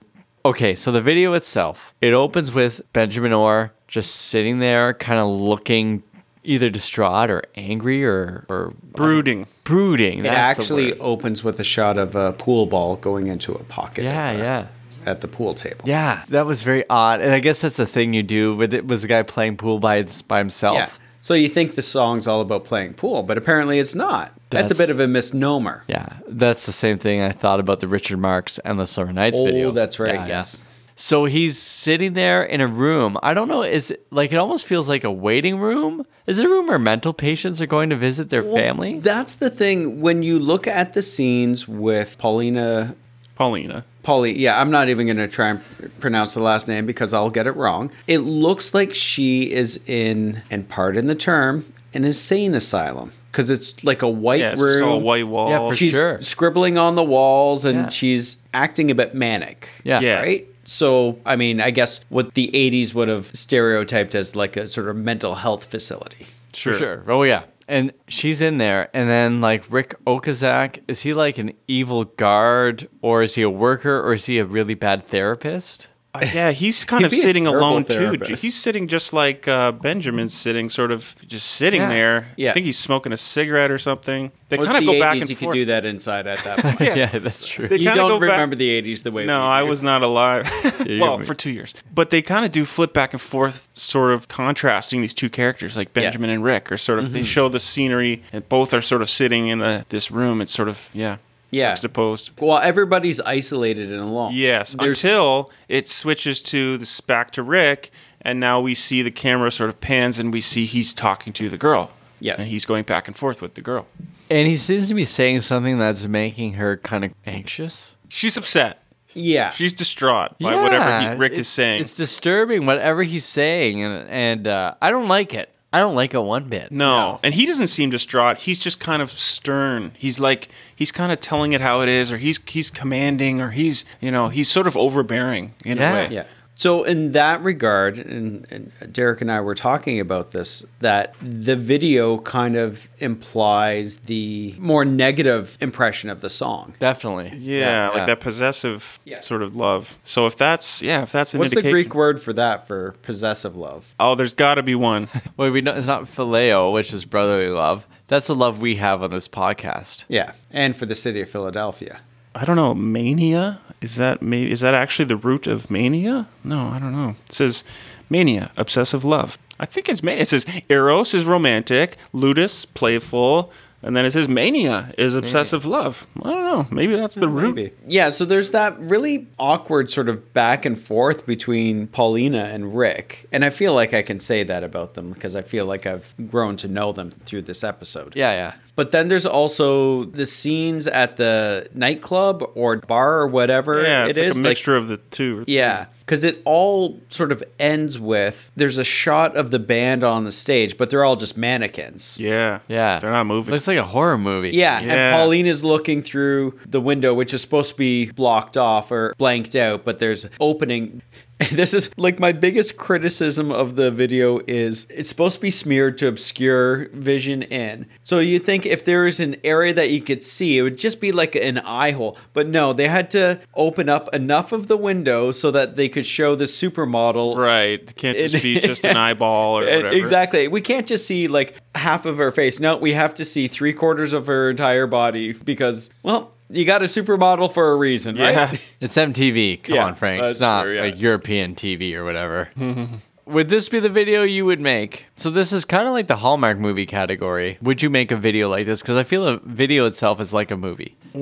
Okay, so the video itself, it opens with Benjamin Orr just sitting there, kind of looking either distraught or angry or, or
brooding.
brooding.
it
That's the
actually
word.
opens with a shot of a pool ball going into a pocket
yeah,
at the,
yeah.
at the pool table
Yeah, that was very odd, and I guess that's the thing you do. With it was a guy playing pool by his, by himself.
yeah so you think the song's all about playing pool but apparently it's not that's,
That's-
a bit of a misnomer
Yeah, that's the same thing I thought about the Richard Marks Endless Summer Nights
Oh,
video.
that's right,
Yeah, yeah.
yes.
So he's sitting there in a room. I don't know. Is it like it almost feels like a waiting room? Is it a room where mental patients are going to visit their family?
that's the thing when you look at the scenes with paulina
Paulina.
Polly, yeah, I'm not even going to try and pronounce the last name because I'll get it wrong. It looks like she is in, and pardon the term, an insane asylum because it's like a white
Yeah, it's
room.
just all white walls.
Yeah, for
she's
sure.
scribbling on the walls and
Yeah.
she's acting a bit manic.
Yeah.
Yeah.
Right? So, I mean, I guess what the 80s would have stereotyped as like a sort of mental health facility.
sure.
For sure. Oh yeah. And she's in there, and then like Rick Okazak, is he like an evil guard, or is he a worker, or is he a really bad therapist?
Uh, yeah, he's kind
He'd
of
be a
sitting
terrible
alone too.
therapist.
He's sitting just like uh, Benjamin's sitting, sort of just sitting
Yeah.
there.
Yeah.
I think he's smoking a cigarette or something. They
Was
kind of
the
go
80s,
back and
you
forth.
could do that inside at that point.
yeah. that's true.
They
you
kinda
don't
go back-
remember the 80s the way we
No, I
do.
was not alive.
you
well,
were.
for two years. But they kind of do flip back and forth, sort of contrasting these two characters, like Benjamin and Rick, are sort of
Mm-hmm.
they show the scenery, and both are sort of sitting in a, this room. It's sort of yeah,
Yeah.
juxtaposed.
Well, everybody's isolated and alone.
Yes,
There's-
until it switches to this back to Rick, and now we see the camera sort of pans, and we see he's talking to the girl.
Yes.
and he's going back and forth with the girl.
And he seems to be saying something that's making her kind of anxious.
She's upset.
yeah.
She's distraught by whatever he, Rick
it's-
is saying.
It's disturbing whatever he's saying, and and uh, I don't like it. I don't like it one bit.
No. And he doesn't seem distraught. He's just kind of stern. He's like he's kind of telling it how it is or he's he's commanding or he's, you know, he's sort of overbearing in
Yeah.
a way.
Yeah. So in that regard, and, and Derek and I were talking about this, that the video kind of implies the more negative impression of the song.
definitely.
Yeah, like that possessive
Yeah.
sort of love. So if that's yeah, if that's an
What's the
indication,
Greek word for that? For possessive love?
oh, there's got to be one.
Well, we don't, it's not phileo, which is brotherly love. That's the love we have on this podcast.
Yeah, and for the city of Philadelphia.
I don't know. Mania is that? ma- Is that actually the root of mania? No, I don't know. It says mania, obsessive love. I think it's mania. It says eros is romantic, ludus playful, and then it says mania is obsessive love. I don't know. Maybe that's the root.
Maybe. Yeah, so there's that really awkward sort of back and forth between Paulina and Rick. And I feel like I can say that about them because I feel like I've grown to know them through this episode.
Yeah, yeah.
But then there's also the scenes at the nightclub or bar or whatever
Yeah,
it
it's like
is.
a
like-
mixture of the two.
yeah, because it all sort of ends with there's a shot of the band on the stage, but they're all just mannequins.
Yeah.
Yeah.
They're not moving.
Looks like a horror movie.
Yeah,
Yeah.
and Paulina's looking through the window, which is supposed to be blocked off or blanked out, but there's opening. This is like my biggest criticism of the video is it's supposed to be smeared to obscure vision in. So you think if there is an area that you could see, it would just be like an eye hole. But no, they had to open up enough of the window so that they could show the supermodel
right. It can't just be just an eyeball
uh,
or whatever.
Exactly. We can't just see like half of her face. No, we have to see three quarters of her entire body because, well, you got a supermodel for a reason, right?
Yeah.
It's MTV. Come
Yeah,
on, Frank.
that's
It's not
true, yeah.
like European TV or whatever.
Mm-hmm.
would this be the video you would make? So this is kind of like the Hallmark movie category. Would you make a video like this? Because I feel a video itself is like a movie.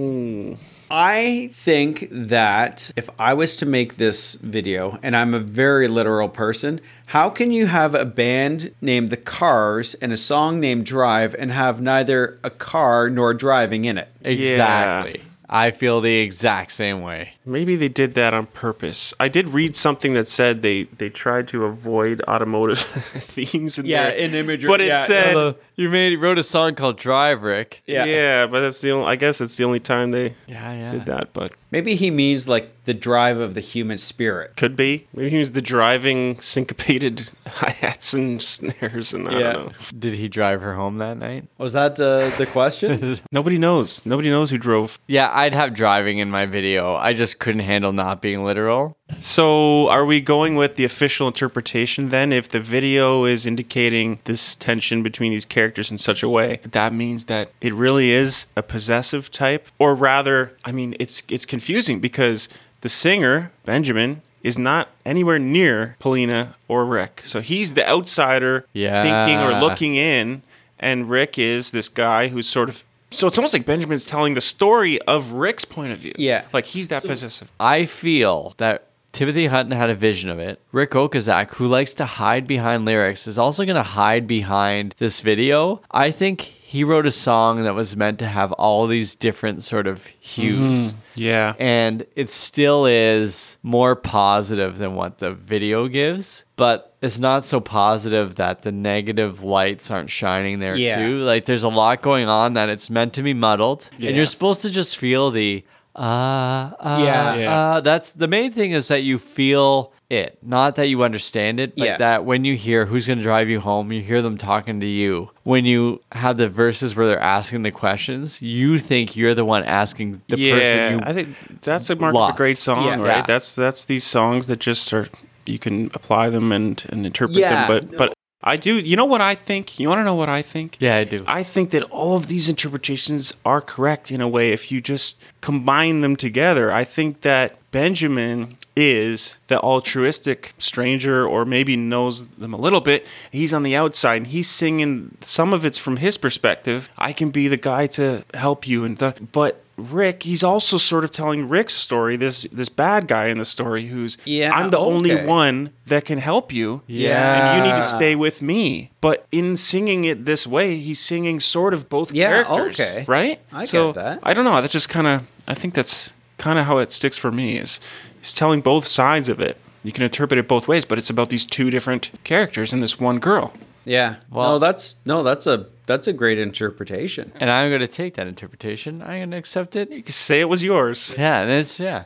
I think that if I was to make this video, and I'm a very literal person, how can you have a band named The Cars and a song named Drive and have neither a car nor driving in it?
Exactly. I feel the exact same way.
Maybe they did that on purpose. I did read something that said they they tried to avoid automotive themes in there.
imagery.
But it yeah, said-
Although you made wrote a song called Drive Rick.
yeah.
but that's the only. I guess it's the only time they
Yeah, yeah.
did that. But
Maybe he means like the drive of the human spirit.
could be maybe he was the driving syncopated hi hats and snares and I
Yeah.
don't know.
Did he drive her home that night?
Was that uh, the question?
Nobody knows. Nobody knows who drove.
Yeah, I'd have driving in my video. I just couldn't handle not being literal.
So, are we going with the official interpretation then? If the video is indicating this tension between these characters in such a way, that means that it really is a possessive type, or rather, I mean, it's it's confusing because the singer Benjamin is not anywhere near Polina or Rick, so he's the outsider,
Yeah.
thinking or looking in, and Rick is this guy who's sort of. So it's almost like Benjamin's telling the story of Rick's point of view.
Yeah.
like he's that possessive.
I feel that Timothy Hutton had a vision of it. Rick Okazak, who likes to hide behind lyrics, is also going to hide behind this video. I think he wrote a song that was meant to have all these different sort of
Mm-hmm.
hues.
Yeah,
and it still is more positive than what the video gives but it's not so positive that the negative lights aren't shining there
Yeah.
too like there's a lot going on that it's meant to be muddled and you're supposed to just feel the uh. ah, ah,
Yeah.
ah. that's the main thing is that you feel it. Not that you understand it, but
Yeah.
that when you hear who's going to drive you home, you hear them talking to you. When you have the verses where they're asking the questions, you think you're the one asking the person you
I think that's a mark of
lost.
a great song,
Yeah.
right?
Yeah.
That's that's these songs that just are you can apply them and and interpret
Yeah,
them. But but I do. You know what I think? You want to know what I think?
Yeah, I do.
I think that all of these interpretations are correct in a way if you just combine them together. I think that Benjamin is the altruistic stranger or maybe knows them a little bit. He's on the outside and he's singing some of it's from his perspective. I can be the guy to help you and the, but Rick, he's also sort of telling Rick's story, this this bad guy in the story who's
Yeah,
I'm the only
okay.
one that can help you.
Yeah.
And you need to stay with me. But in singing it this way, he's singing sort of both
Yeah,
characters.
okay.
Right?
I
so,
get that.
I don't know. That's just kind of, I think that's kind of how it sticks for me is he's telling both sides of it. You can interpret it both ways, but it's about these two different characters and this one girl.
Yeah.
Well-
no, that's no, that's a that's a great interpretation.
and I'm going to take that interpretation. I'm going to accept it.
You can say it was yours.
Yeah, and it's yeah.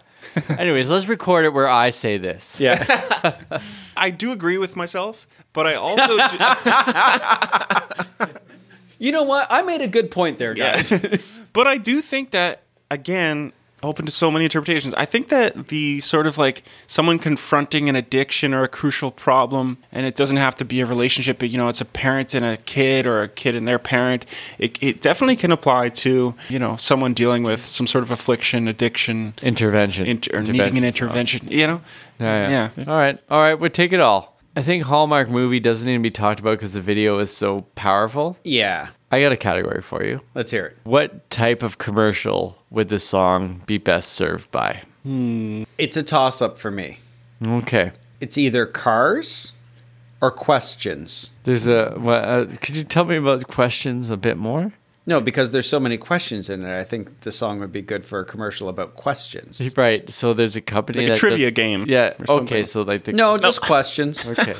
Anyways, let's record it where I say this. Yeah.
I do agree with myself, but I also do,
You know what? I made a good point there, guys.
but I do think that again open to so many interpretations. I think that the sort of like someone confronting an addiction or a crucial problem and it doesn't have to be a relationship, but you know, it's a parent and a kid or a kid and their parent. It it definitely can apply to, you know, someone dealing with some sort of affliction, addiction,
Intervention. Oh,
inter- or needing an intervention, you know?
Yeah, yeah.
Yeah.
All right. All right. We'll take it all. I think Hallmark movie doesn't need to be talked about because the video is so powerful.
yeah.
I got a category for you.
Let's hear it.
What type of commercial would this song be best served by?
It's a toss up for me.
Okay.
It's either cars or questions.
There's a. What, uh, could you tell me about questions a bit more?
No, because there's so many questions in it. I think the song would be good for a commercial about questions.
Right. So there's a company
Like a
that
trivia
does-
game
Yeah.
or something.
Okay. So like the
No, just questions.
Okay.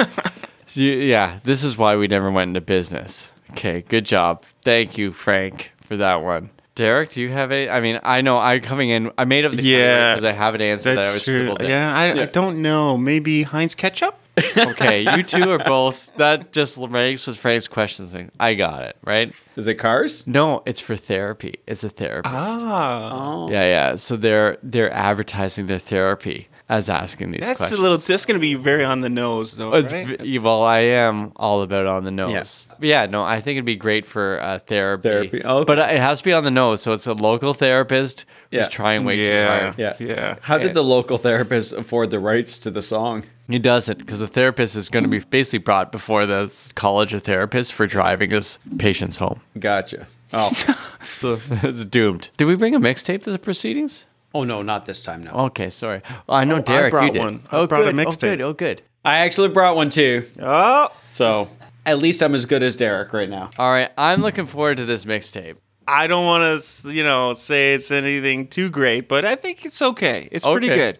So you- yeah, this is why we never went into business. Okay, good job. Thank you, Frank, for that one. Derek, do you have any? I mean, I know I coming in. I made up the
Yeah,
because I have an answer that I was
That's true.
scribbled in.
Yeah, I, I don't know. Maybe Heinz ketchup?
Okay, you two are both. That just ranks with Frank's questions. Thing. I got it right.
Is it cars?
No, it's for therapy. It's a therapist.
ah.
Yeah, yeah. So they're they're advertising their therapy as asking these
That's
questions.
a little that's going to be very on the nose though,
It's,
right?
v Well, I am all about on the nose. Yeah, no, I think it'd be great for uh, therapy.
Therapy, okay.
But it has to be on the nose. So it's a local therapist
Yeah.
who's trying way too
yeah.
hard.
Yeah.
Yeah.
How did the local therapist afford the rights to the song?
He doesn't because the therapist is going to be basically brought before the s- college of therapists for driving his patients home.
Gotcha. Oh,
So it's doomed. Did we bring a mixtape to the proceedings?
oh no, not this time. No,
Okay, sorry. I know Derek. you
brought
did.
one. I
Oh,
brought a
good. Oh,
mixtape.
good. Oh, good.
I actually brought one too.
Oh,
So at least I'm as good as Derek right now.
All right. I'm looking forward to this mixtape.
I don't want to, you know, say it's anything too great, but I think it's okay. It's pretty
Okay.
good.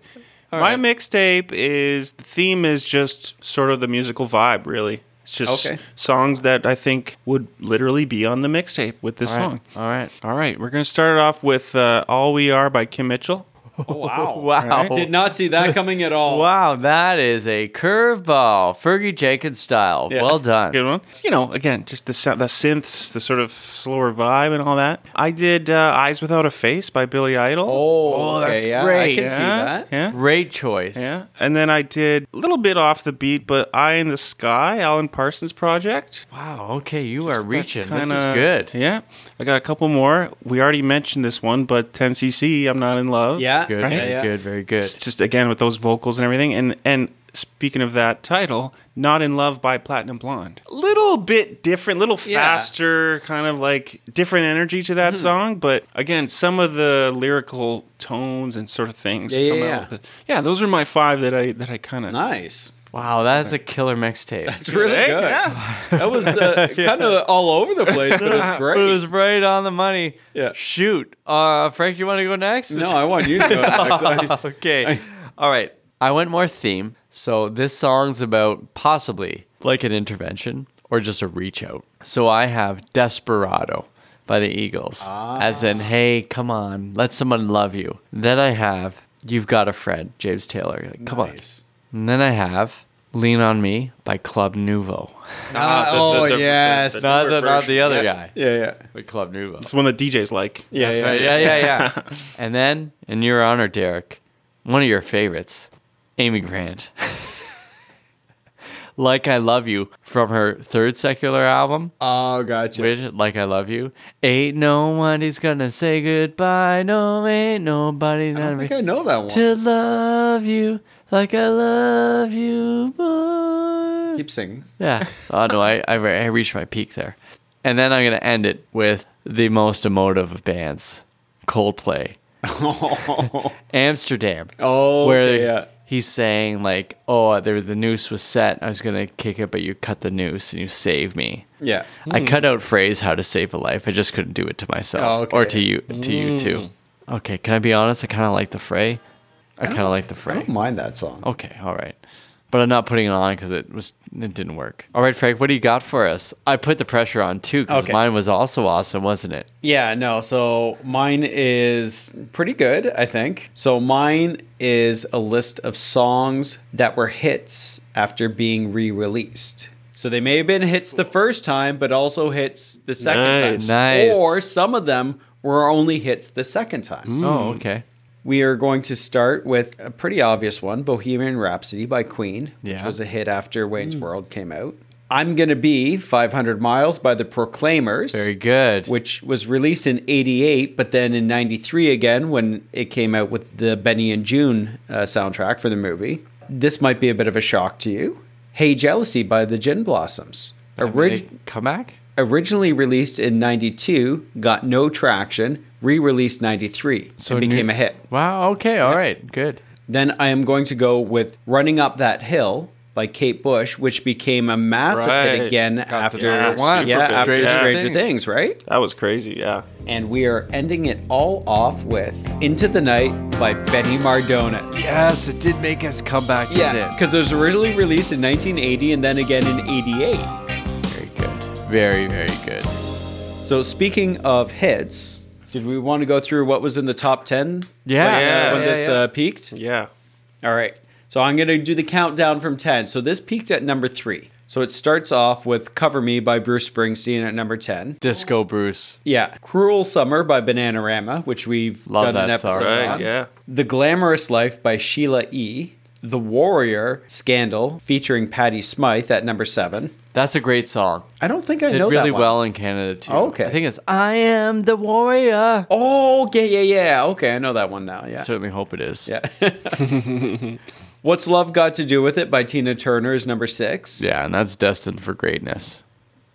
My mixtape is the theme is just sort of the musical vibe, really. It's just
Okay.
songs that I think would literally be on the mixtape with this
All
song.
right. All right.
All right, we're gonna start it off with uh, "All We Are" by Kim Mitchell.
Wow.
Wow.
Did not see that coming at all.
Wow, that is a curveball, Fergie Jenkins style. Well done.
Good one. You know, again, just the sound, the synths, the sort of slower vibe and all that. I did uh, "Eyes Without a Face" by Billy Idol.
Oh,
that's
yeah,
great.
I can see
Yeah,
that.
Yeah.
Great choice.
Yeah. And then I did a little bit off the beat, but Eye in the Sky, Alan Parsons Project.
Wow. Okay, you are
That
reaching. this is
kinda-
good.
Yeah. I got a couple more. We already mentioned this one, but 10cc, I'm Not in Love.
Yeah.
Good.
Yeah,
Very
yeah.
good. Very good.
It's just, again, with those vocals and everything. And, and, Speaking of that title, Not in Love by Platinum Blonde. A little bit different, little
Yeah. Hmm.
faster, kind of like different energy to that song, but again, some of the lyrical tones and sort of things
Yeah, yeah,
come
yeah.
out. with it. yeah, those are my five that I that I kind of
Nice.
Wow, that's a killer mixtape.
It's really
eh?
Hey,
good.
yeah.
That was uh, kind of all over the place, but it's
It
great.
was right on the money.
Yeah.
Shoot. Uh, Frank, you want to go next?
no, I want you to go. Alex. I-
okay. All right. I went more theme. So this song's about possibly like an intervention or just a reach out. So I have Desperado by the Eagles. As in, hey, come on, let someone love you. Then I have You've Got a Friend, James Taylor. Like, come on. And then I have Lean on Me by Club Nouveau.
Ah, oh, yes.
Not the, not the other guy,
Yeah, yeah.
but Club Nouveau.
It's one that DJs like.
Yeah,
That's right. Yeah, yeah, yeah. and then, in your honor, Derek, one of your favorites, Amy Grant. like I Love You from her third secular album,
Oh, gotcha.
which, Like I Love You. Ain't nobody's gonna say goodbye. No, ain't nobody
I don't
gonna
think I know that one.
to love you like I love you. Boy.
Keep singing.
Yeah. Oh no, I, I re- I reached my peak there. And then I'm gonna end it with the most emotive of bands, Coldplay,
oh,
Amsterdam, where
okay, yeah.
he's saying like, "Oh, there the noose was set. I was gonna kick it, but you cut the noose and you saved me."
Yeah.
I cut out phrase how to save a life. I just couldn't do it to myself
Oh, okay. Hmm.
or to you, to you too. Okay, can I be honest? I kind of like the fray. I kind of like the
I
fray.
don't mind that song.
Okay, all right. But I'm not putting it on because it was it didn't work. All right, Frank, what do you got for us? I put the pressure on too because
Okay.
mine was also awesome, wasn't it?
Yeah, no. So mine is pretty good, I think. So mine is a list of songs that were hits after being re released. So they may have been hits the first time, but also hits the second
Nice.
time.
Nice.
Or some of them were only hits the second time.
Oh, okay.
We are going to start with a pretty obvious one Bohemian Rhapsody by Queen, which
Yeah.
was a hit after Wayne's World came out. I'm Gonna Be 500 Miles by the Proclaimers
Very good.
which was released in 88 but then in 93 again when it came out with the benny and june uh, soundtrack for the movie this might be a bit of a shock to you hey jealousy by the gin blossoms Orig-
Big comeback?
originally released in 92 got no traction re-released 93 so
new-
became a hit
Wow, okay, all right, good.
then i am going to go with running up that hill by Kate Bush, which became a massive
Right.
hit again
Got the
after,
number
one.
yeah,
Super
after
big. Yeah.
Stranger
Things.
Things, right?
That was crazy. Yeah.
and we are ending it all off with Into the Night by Benny Mardona.
Yes, it did make us come back,
Yeah,
did
because it was originally released in 1980 and then again in 88.
it? Very good. Very, very good.
So, speaking of hits, did we want to go through what was in the top 10
Yeah.
Yeah.
when this Uh, peaked?
Yeah.
All right. So, I'm going to do the countdown from 10. So, this peaked at number three. So, it starts off with Cover Me by Bruce Springsteen at number 10.
Disco Bruce.
Yeah. Cruel Summer by Bananarama, which we've
Love
done an
that
episode
song.
on.
Right. Yeah.
The Glamorous Life by Sheila E. The Warrior Scandal featuring Patti Smythe at number seven.
That's a great song.
I don't think I
Did
know
really
that one. Oh,
well in Canada too.
Okay.
I think it's I am the warrior.
Oh, yeah, yeah, yeah. Okay, I know that one now. Yeah.
Certainly hope it is.
yeah. What's Love Got to Do with It by Tina Turner is number six.
Yeah, and that's destined for greatness.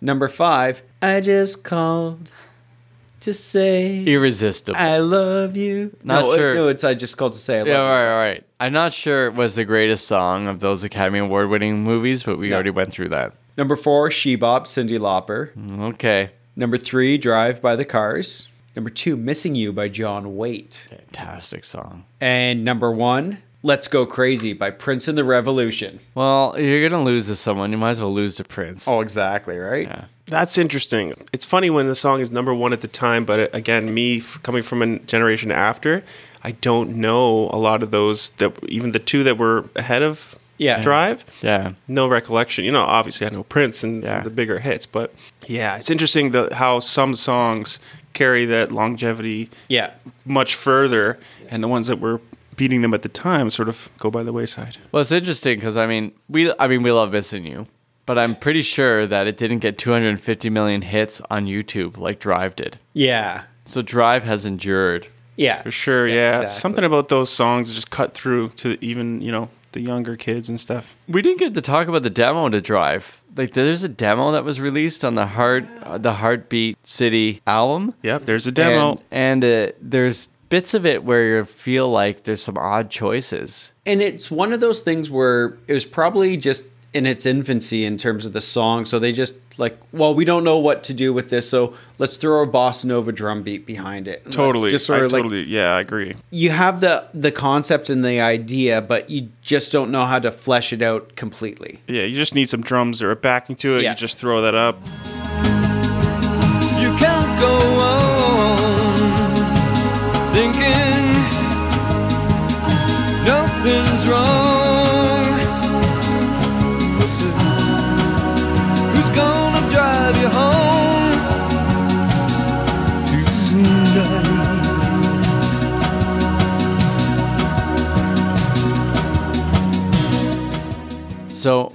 Number five, I just called to say
Irresistible.
I love you.
Not
no, it-
sure.
no, it's I just called to say I love
Yeah, all
you.
right, all right. I'm not sure it was the greatest song of those Academy Award winning movies, but we already went through that.
Number four, She Bop, Cindy Lauper.
Okay.
Number three, Drive by the Cars. Number two, Missing You by John Waite.
Fantastic song.
And number one, Let's Go Crazy by Prince and the Revolution.
Well, you're going to lose to someone. You might as well lose to Prince.
Oh, exactly, right?
Yeah.
That's interesting. It's funny when the song is number one at the time, but uh, again, me f- coming from a generation after, I don't know a lot of those that even the two that were ahead of
Yeah.
Drive.
Yeah.
No recollection. You know, obviously I know Prince and some
Yeah.
of the bigger hits, but yeah, it's interesting the, how some songs carry that longevity
Yeah.
much further, and the ones that were beating them at the time sort of go by the wayside.
Well, it's interesting because, I mean, we I mean, we love Missing You, but I'm pretty sure that it didn't get 250 million hits on YouTube like Drive did.
Yeah.
So Drive has endured.
Yeah.
For sure, yeah.
exactly.
Something about those songs just cut through to even, you know, the younger kids and stuff.
We didn't get to talk about the demo to Drive. Like, there's a demo that was released on the Heart, uh, the Heartbeat City album.
Yep, there's a demo.
And, and uh, there's bits of it where you feel like there's some odd choices.
And it's one of those things where it was probably just in its infancy in terms of the song. So they just like, well, we don't know what to do with this. So let's throw a bossa nova drum beat behind it. Let's
totally.
Just sort
I
of like
totally, yeah, I agree.
you have the the concept and the idea, but you just don't know how to flesh it out completely.
Yeah, you just need some drums or a backing to it.
Yeah.
You just throw that up.
You can't go on thinking nothing's wrong.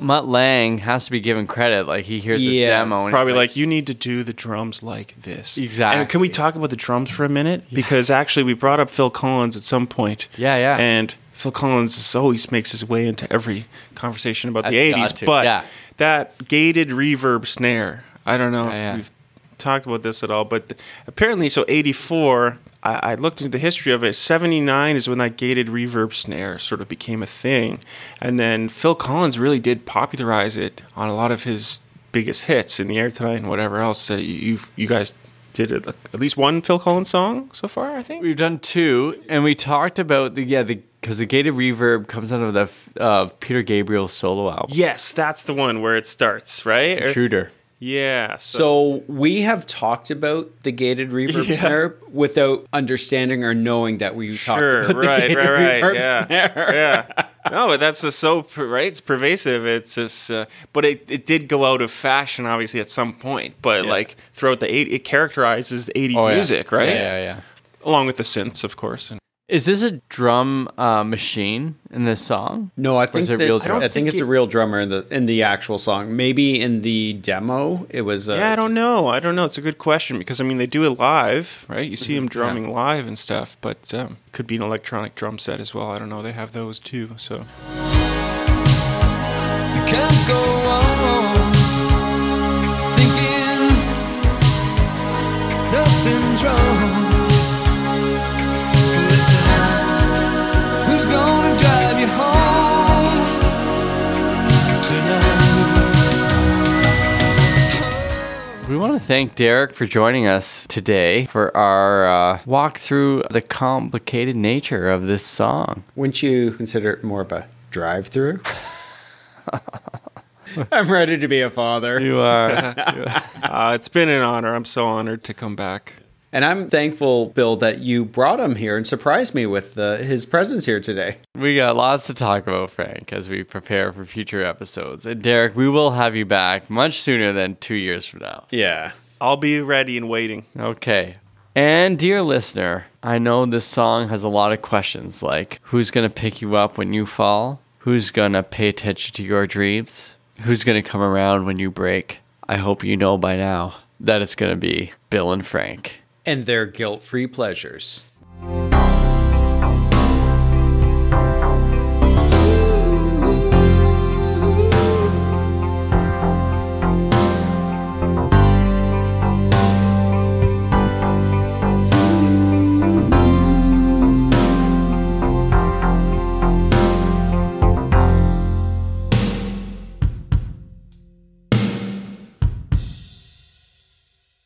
Mutt Lang has to be given credit. Like he hears this
Yeah,
demo,
it's
and he's
Probably like, you need to do the drums like this.
Exactly.
And can we talk about the drums for a minute? Because actually, we brought up Phil Collins at some point.
Yeah, yeah.
And Phil Collins is- always makes his way into every conversation about the
That's got
80s.
to,
But
yeah.
that gated reverb snare, I don't know
Yeah, yeah.
if we've talked about this at all, but th- apparently, so 84. I I looked into the history of it. 79 is when that gated reverb snare sort of became a thing. And then Phil Collins really did popularize it on a lot of his biggest hits in the air tonight and whatever else that you you've, you guys did it, like, at least one Phil Collins song so far, I think.
We've done two, and we talked about the yeah the because the gated reverb comes out of the f- of Peter Gabriel's solo album.
Yes, that's the one where it starts, right? Or-
Intruder.
Yeah.
So we have talked about the gated reverb
Yeah.
snare without understanding or knowing that we
sure,
talked about the
right,
gated
right, right.
reverb
Yeah,
snare.
yeah. No, but that's just so per- right. It's pervasive. It's just, uh, but it, it did go out of fashion, obviously, at some point. But like throughout the eight, it characterizes '80s
Oh,
yeah.
music, right?
Yeah, yeah, yeah.
Along with the synths, of course. And
Is this a drum uh, machine in this song?
No, I think
is it
that-
real
I, don't
drums?
think, it's a real drummer in the in the actual song. Maybe in the demo it was. uh
yeah, I don't know. I don't know. It's a good question because I mean, they do it live, right? You see them drumming live and stuff, but um, could be an electronic drum set as well. I don't know. They have those too. So
You can't go on thinking nothing's wrong. Who's gonna drive you home tonight?
We want to thank Derek for joining us today for our uh, walk through the complicated nature of this song.
Wouldn't you consider it more of a drive-through? I'm ready to be a father.
You are.
uh, it's been an honor. I'm so honored to come back.
And I'm thankful, Bill, that you brought him here and surprised me with uh, his presence here today.
we got lots to talk about, Frank, as we prepare for future episodes. And Derek, we will have you back much sooner than two years from now.
Yeah.
I'll be ready and waiting.
Okay. And dear listener, I know this song has a lot of questions like who's going to pick you up when you fall? Who's going to pay attention to your dreams? Who's going to come around when you break? I hope you know by now that it's going to be Bill and Frank.
And their guilt-free pleasures.